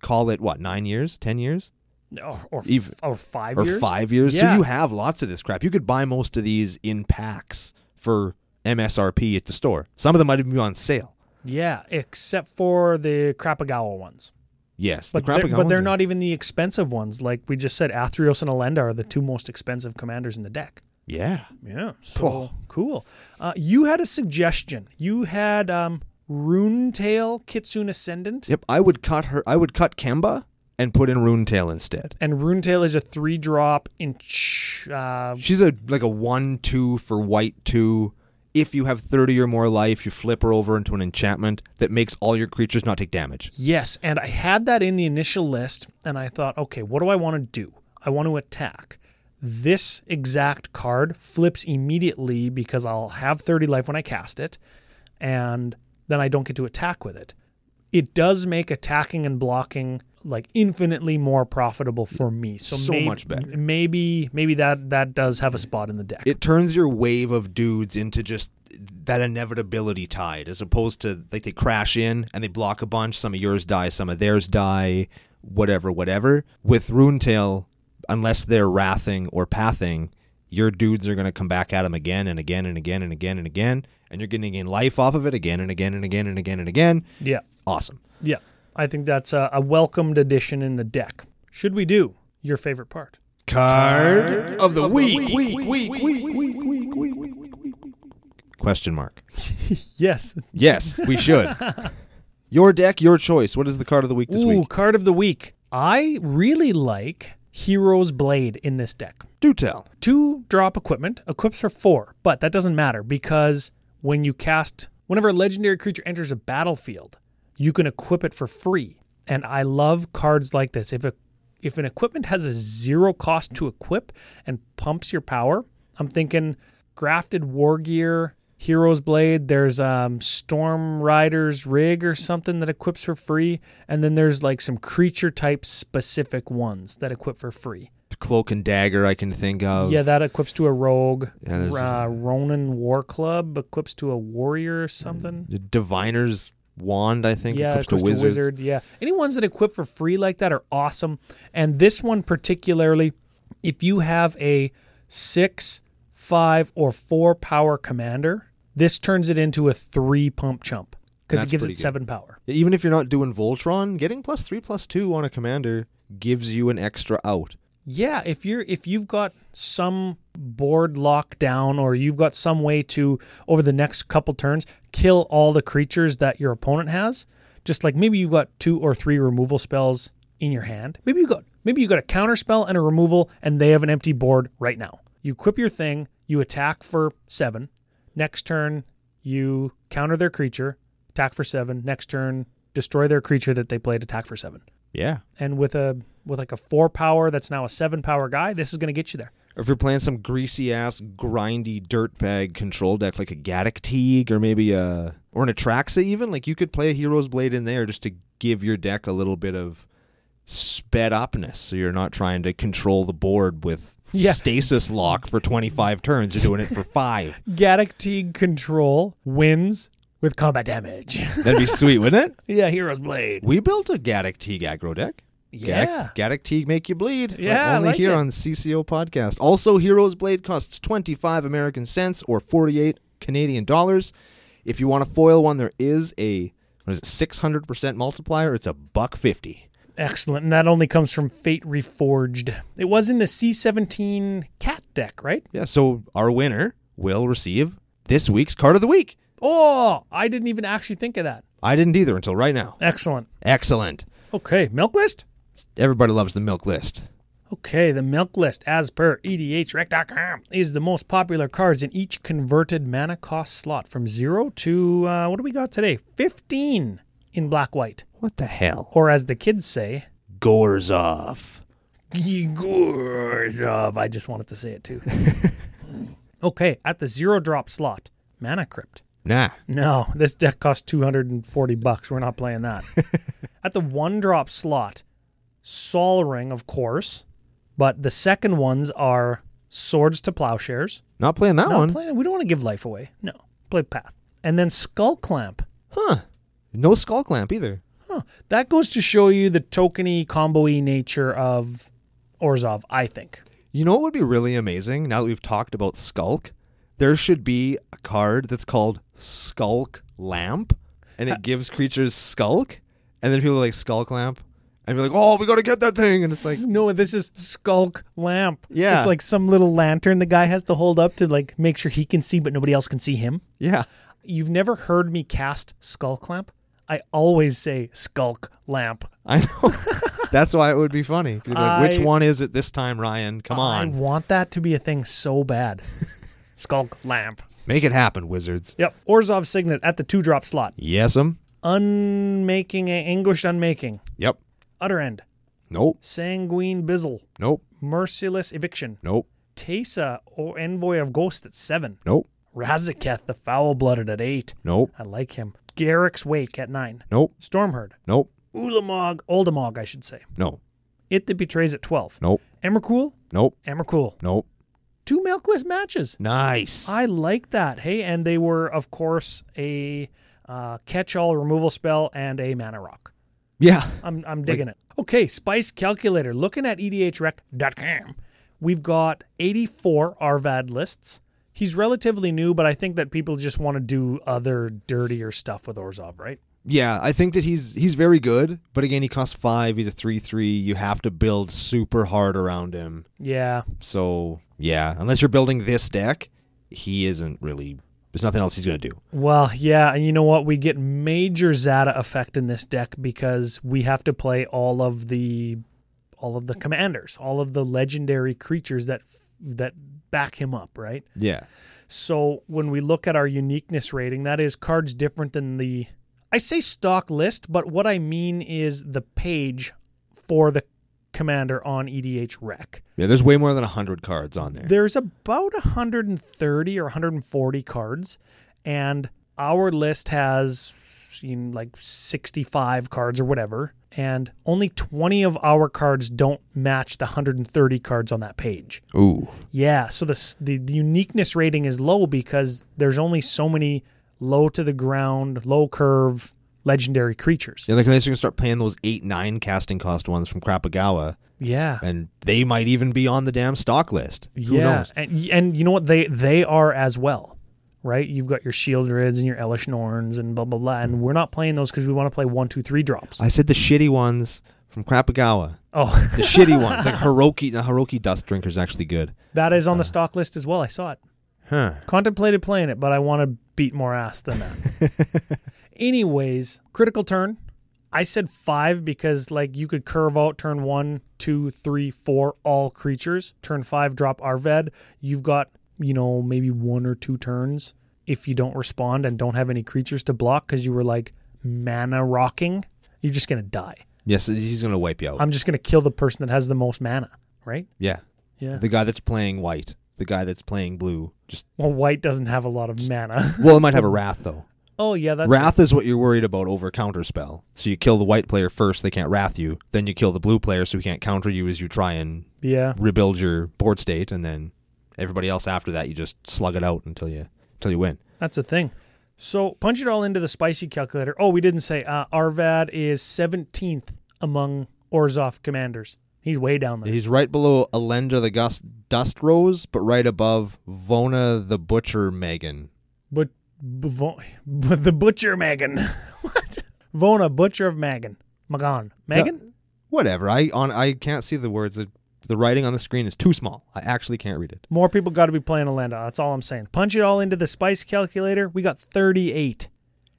Speaker 2: call it what, nine years, 10 years?
Speaker 1: Or, or, f-
Speaker 2: Even-
Speaker 1: or five
Speaker 2: or
Speaker 1: years.
Speaker 2: five years.
Speaker 1: Yeah.
Speaker 2: So you have lots of this crap. You could buy most of these in packs for MSRP at the store. Some of them might even be on sale.
Speaker 1: Yeah, except for the Krapagawa ones.
Speaker 2: Yes,
Speaker 1: But,
Speaker 2: the
Speaker 1: they're,
Speaker 2: Krapagawa
Speaker 1: but they're
Speaker 2: ones are-
Speaker 1: not even the expensive ones. Like we just said, Athreos and Alenda are the two most expensive commanders in the deck.
Speaker 2: Yeah,
Speaker 1: Yeah. So cool. Uh, you had a suggestion. You had um, Runetail Kitsune Ascendant,
Speaker 2: yep. I would cut her. I would cut Kemba and put in Runetail instead.
Speaker 1: and Runetail is a three drop inch. Uh,
Speaker 2: She's a like a one two for white two. If you have thirty or more life, you flip her over into an enchantment that makes all your creatures not take damage.
Speaker 1: yes, and I had that in the initial list, and I thought, okay, what do I want to do? I want to attack. This exact card flips immediately because I'll have 30 life when I cast it, and then I don't get to attack with it. It does make attacking and blocking like infinitely more profitable for me. So,
Speaker 2: So
Speaker 1: may-
Speaker 2: much better.
Speaker 1: Maybe maybe that that does have a spot in the deck.
Speaker 2: It turns your wave of dudes into just that inevitability tide, as opposed to like they crash in and they block a bunch. Some of yours die, some of theirs die, whatever, whatever. With Runetail, unless they're wrathing or pathing, your dudes are going to come back at them again and again and again and again and again, and you're getting in life off of it again and again and again and again and again.
Speaker 1: yeah.
Speaker 2: Awesome.
Speaker 1: Yeah, I think that's a, a welcomed addition in the deck. Should we do your favorite part?
Speaker 2: Card of the week. Week, week, week, week, week, week, week, week. Question mark.
Speaker 1: Yes.
Speaker 2: Yes, we should. your deck, your choice. What is the card of the week this
Speaker 1: Ooh,
Speaker 2: week?
Speaker 1: card of the week. I really like Hero's Blade in this deck.
Speaker 2: Do tell.
Speaker 1: Two drop equipment equips for four, but that doesn't matter because when you cast, whenever a legendary creature enters a battlefield, you can equip it for free. And I love cards like this. If a if an equipment has a zero cost to equip and pumps your power, I'm thinking grafted war gear, hero's blade. There's um, storm rider's rig or something that equips for free, and then there's like some creature type specific ones that equip for free.
Speaker 2: The cloak and dagger I can think of.
Speaker 1: Yeah, that equips to a rogue.
Speaker 2: Yeah, there's-
Speaker 1: uh, Ronin War Club equips to a warrior or something.
Speaker 2: The diviner's wand, I think.
Speaker 1: Yeah,
Speaker 2: Mm. equips
Speaker 1: equips to,
Speaker 2: wizards.
Speaker 1: wizard. Yeah, any ones that equip for free like that are awesome. And this one particularly, if you have a six, five, or four power commander, this turns it into a three pump chump because it
Speaker 2: That's
Speaker 1: gives it
Speaker 2: pretty good.
Speaker 1: seven power.
Speaker 2: Even if you're not doing Voltron, getting plus three, plus two on a commander gives you an extra out.
Speaker 1: Yeah, if you're if you've got some board lockdown or you've got some way to over the next couple turns kill all the creatures that your opponent has, just like maybe you've got two or three removal spells in your hand. Maybe you got maybe you got a counter spell and a removal and they have an empty board right now. You equip your thing, you attack for 7. Next turn, you counter their creature, attack for 7. Next turn, destroy their creature that they played attack for 7
Speaker 2: Yeah.
Speaker 1: and with a with like a four power that's now a seven power guy, this is going to get you there.
Speaker 2: Or if you're playing some greasy ass, grindy dirtbag control deck like a Gaddock Teague or maybe a or an Atraxa even, like you could play a Hero's Blade in there just to give your deck a little bit of sped upness, so you're not trying to control the board with
Speaker 1: Yeah.
Speaker 2: stasis lock for 25 turns. You're doing it for five.
Speaker 1: Gaddock Teague control wins with combat damage.
Speaker 2: That'd be sweet, wouldn't it?
Speaker 1: yeah, Hero's Blade.
Speaker 2: We built a Gaddock Teague aggro deck.
Speaker 1: Yeah.
Speaker 2: Gaddock, Gaddock Teague make you bleed. but
Speaker 1: Yeah, I
Speaker 2: only
Speaker 1: like
Speaker 2: here
Speaker 1: it.
Speaker 2: on CCO podcast. Also, Heroes Blade costs twenty five American cents or forty eight Canadian dollars. If you want to foil one, there is a what is it six hundred percent multiplier. It's a buck fifty.
Speaker 1: Excellent. And that only comes from Fate Reforged. It was in the C17 cat deck, right?
Speaker 2: Yeah. So our winner will receive this week's card of the week.
Speaker 1: Oh, I didn't even actually think of that.
Speaker 2: I didn't either until right now.
Speaker 1: Excellent.
Speaker 2: Excellent.
Speaker 1: Okay, milk list?
Speaker 2: Everybody loves the milk list.
Speaker 1: Okay, the milk list, as per E edhrec.com, is the most popular cards in each converted mana cost slot from zero to, uh, what do we got today? 15 in black white.
Speaker 2: What the hell?
Speaker 1: Or as the kids say,
Speaker 2: Gorzov.
Speaker 1: Gorzov. I just wanted to say it too. okay, at the zero drop slot, Mana Crypt.
Speaker 2: Nah.
Speaker 1: No, this deck costs 240 bucks. We're not playing that. at the one drop slot, Sol of course, but the second ones are Swords to Plowshares.
Speaker 2: Not playing that
Speaker 1: No,
Speaker 2: one.
Speaker 1: play, we don't want to give life away. No, play Path. And then Skull Clamp.
Speaker 2: huh. No skull clamp either.
Speaker 1: Huh. That goes to show you the tokeny, combo-y nature of Orzov, I think.
Speaker 2: You know what would be really amazing now that we've talked about Skulk? There should be a card that's called Skulk Lamp, and
Speaker 1: Uh,
Speaker 2: it gives creatures Skulk, and then people are like Skulk Lamp, and be like, oh, we gotta get that thing, and it's like,
Speaker 1: no, this is Skulk Lamp.
Speaker 2: Yeah.
Speaker 1: It's like some little lantern the guy has to hold up to like make sure he can see, but nobody else can see him.
Speaker 2: yeah,
Speaker 1: You've never heard me cast Skull Clamp. I always say Skulk Lamp.
Speaker 2: I know. that's why it would be funny. 'Cause you'd be like, Which
Speaker 1: I-
Speaker 2: one is it this time, Ryan? Come
Speaker 1: I
Speaker 2: on,
Speaker 1: want that to be a thing so bad. Skulk Lamp.
Speaker 2: make it happen, wizards.
Speaker 1: Yep. Orzov Signet at the two drop slot.
Speaker 2: Yes, um.
Speaker 1: Unmaking, a anguished unmaking.
Speaker 2: Yep.
Speaker 1: Utter end.
Speaker 2: Nope.
Speaker 1: Sanguine Bizzle.
Speaker 2: Nope.
Speaker 1: Merciless Eviction.
Speaker 2: Nope.
Speaker 1: Tesa, or Envoy of Ghost at seven.
Speaker 2: Nope.
Speaker 1: Razaketh, the Foul Blooded at eight.
Speaker 2: Nope.
Speaker 1: I like him. Garrick's Wake at nine.
Speaker 2: Nope.
Speaker 1: Stormherd.
Speaker 2: Nope.
Speaker 1: Ulamog, Oldamog, I should say.
Speaker 2: No.
Speaker 1: It that Betrays at 12.
Speaker 2: Nope.
Speaker 1: Emmercool,
Speaker 2: Nope.
Speaker 1: Emmercool.
Speaker 2: Nope.
Speaker 1: Two milkless matches.
Speaker 2: Nice.
Speaker 1: I like that. Hey, and they were, of course, a uh, catch all removal spell and a mana rock.
Speaker 2: yeah.
Speaker 1: I'm, I'm digging it. Okay, Spice Calculator. Looking at E edhrec.com, we've got 84 Arvad lists. He's relatively new, but I think that people just want to do other dirtier stuff with Orzov, right?
Speaker 2: Yeah, I think that he's he's very good, but again, he costs five. He's a three three. You have to build super hard around him.
Speaker 1: Yeah.
Speaker 2: So yeah, unless you're building this deck, he isn't really. There's nothing else he's gonna do.
Speaker 1: Well, yeah, and you know what? We get major Zata effect in this deck because we have to play all of the all of the commanders, all of the legendary creatures that that back him up, right?
Speaker 2: Yeah.
Speaker 1: So when we look at our uniqueness rating, that is cards different than the I say stock list, but what I mean is the page for the commander on EDH rec.
Speaker 2: Yeah. There's way more than hundred cards on there.
Speaker 1: There's about 130 or 140 cards, and our list has you know, like 65 cards or whatever, and only 20 of our cards don't match the 130 cards on that page.
Speaker 2: Ooh.
Speaker 1: Yeah, so the s- the, the uniqueness rating is low because there's only so many low to the ground, low curve legendary creatures.
Speaker 2: Yeah, like unless you're gonna start playing those eight nine casting cost ones from Krapagawa,
Speaker 1: Yeah.
Speaker 2: and they might even be on the damn stock list. Who
Speaker 1: yeah,
Speaker 2: knows?
Speaker 1: and y- and you know what they they are as well, right? You've got your Shieldreds and your Elish Norns and blah blah blah, and we're not playing those because we want to play one two three drops.
Speaker 2: I said the shitty ones from Krapagawa.
Speaker 1: oh,
Speaker 2: The shitty ones, like Hiroki. Now Hiroki Dust Drinker's actually good.
Speaker 1: that is on the stock list as well. I saw it.
Speaker 2: Huh.
Speaker 1: Contemplated playing it, but I want to beat more ass than that. Anyways, critical turn. I said five because like you could curve out turn one, two, three, four, all creatures. Turn five, drop Arved. You've got, you know, maybe one or two turns if you don't respond and don't have any creatures to block because you were like mana rocking, you're just gonna die.
Speaker 2: Yes, he's gonna wipe you out.
Speaker 1: I'm just gonna kill the person that has the most mana, right?
Speaker 2: yeah.
Speaker 1: Yeah.
Speaker 2: The guy that's playing white, the guy that's playing blue. Just
Speaker 1: Well, white doesn't have a lot of mana.
Speaker 2: well, it might have a wrath though.
Speaker 1: oh yeah, that's
Speaker 2: wrath is what you're worried about over counterspell. So you kill the white player first, they can't wrath you. Then you kill the blue player, so he can't counter you as you try and
Speaker 1: yeah.
Speaker 2: rebuild your board state, and then everybody else after that you just slug it out until you until you win.
Speaker 1: That's a thing. So punch it all into the spicy calculator. Oh, we didn't say uh, Arvad is 17th among Orzov commanders. He's way down there.
Speaker 2: He's right below Alenda the Gust Dust Rose, but right above Vona the Butcher Megan.
Speaker 1: But, but, Vo- but the butcher Magan. what? Vona, butcher of Magan. Magan. Magan?
Speaker 2: Whatever. I on I can't see the words. The the writing on the screen is too small. I actually can't read it.
Speaker 1: More people got to be playing Alenda. That's all I'm saying. Punch it all into the spice calculator. We got 38.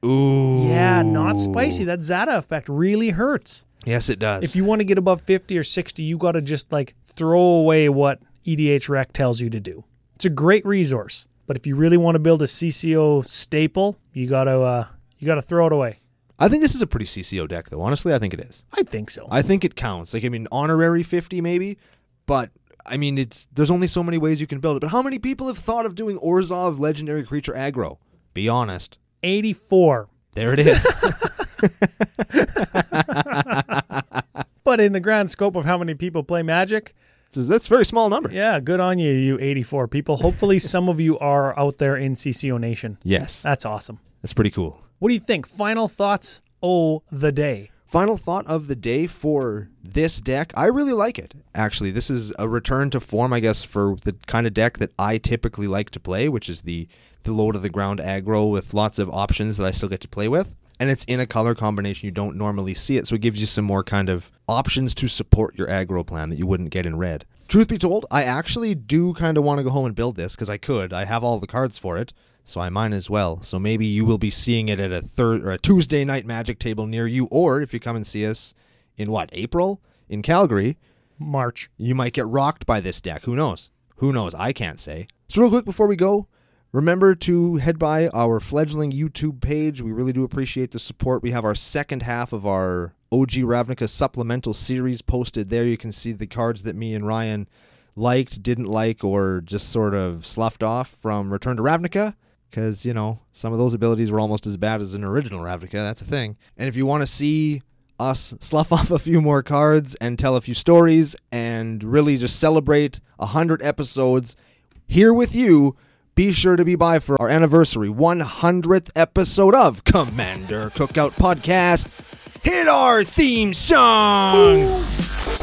Speaker 2: Ooh.
Speaker 1: Yeah, not spicy. That Zata effect really hurts.
Speaker 2: Yes, it does.
Speaker 1: If you want to get above 50 or 60, you got to just like throw away what EDH Rec tells you to do. It's a great resource, but if you really want to build a CCO staple, you got to uh you got to throw it away.
Speaker 2: I think this is a pretty CCO deck, though. Honestly, I think it is.
Speaker 1: I think so.
Speaker 2: I think it counts. Like, I mean, honorary fifty maybe, but I mean, it's there's only so many ways you can build it. But how many people have thought of doing Orzov legendary creature aggro? Be honest.
Speaker 1: 84.
Speaker 2: There it is.
Speaker 1: But in the grand scope of how many people play Magic,
Speaker 2: So That's a very small number.
Speaker 1: yeah, good on you, you 84 people. Hopefully, some of you are out there in CCO Nation.
Speaker 2: Yes,
Speaker 1: That's awesome.
Speaker 2: that's pretty cool.
Speaker 1: What do you think? Final thoughts? Oh, the day.
Speaker 2: Final thought of the day for this deck. I really like it. Actually, this is a return to form, I guess, for the kind of deck that I typically like to play, which is the the low to the ground aggro with lots of options that I still get to play with. And it's in a color combination you don't normally see it, so it gives you some more kind of options to support your aggro plan that you wouldn't get in red. Truth be told, I actually do kind of want to go home and build this because I could. I have all the cards for it. so I might as well. So maybe you will be seeing it at a third or a Tuesday night magic table near you, or if you come and see us in what April in Calgary,
Speaker 1: March.
Speaker 2: you might get rocked by this deck. Who knows? Who knows? I can't say. So real quick before we go, remember to head by our fledgling YouTube page. We really do appreciate the support. We have our second half of our OG Ravnica supplemental series posted there. You can see the cards that me and Ryan liked, didn't like, or just sort of sloughed off from Return to Ravnica. Because, you know, some of those abilities were almost as bad as an original Ravnica. That's a thing. And if you want to see us slough off a few more cards and tell a few stories and really just celebrate 100 episodes here with you, be sure to be by for our anniversary 100th episode of Commander Cookout Podcast. Hit our theme song!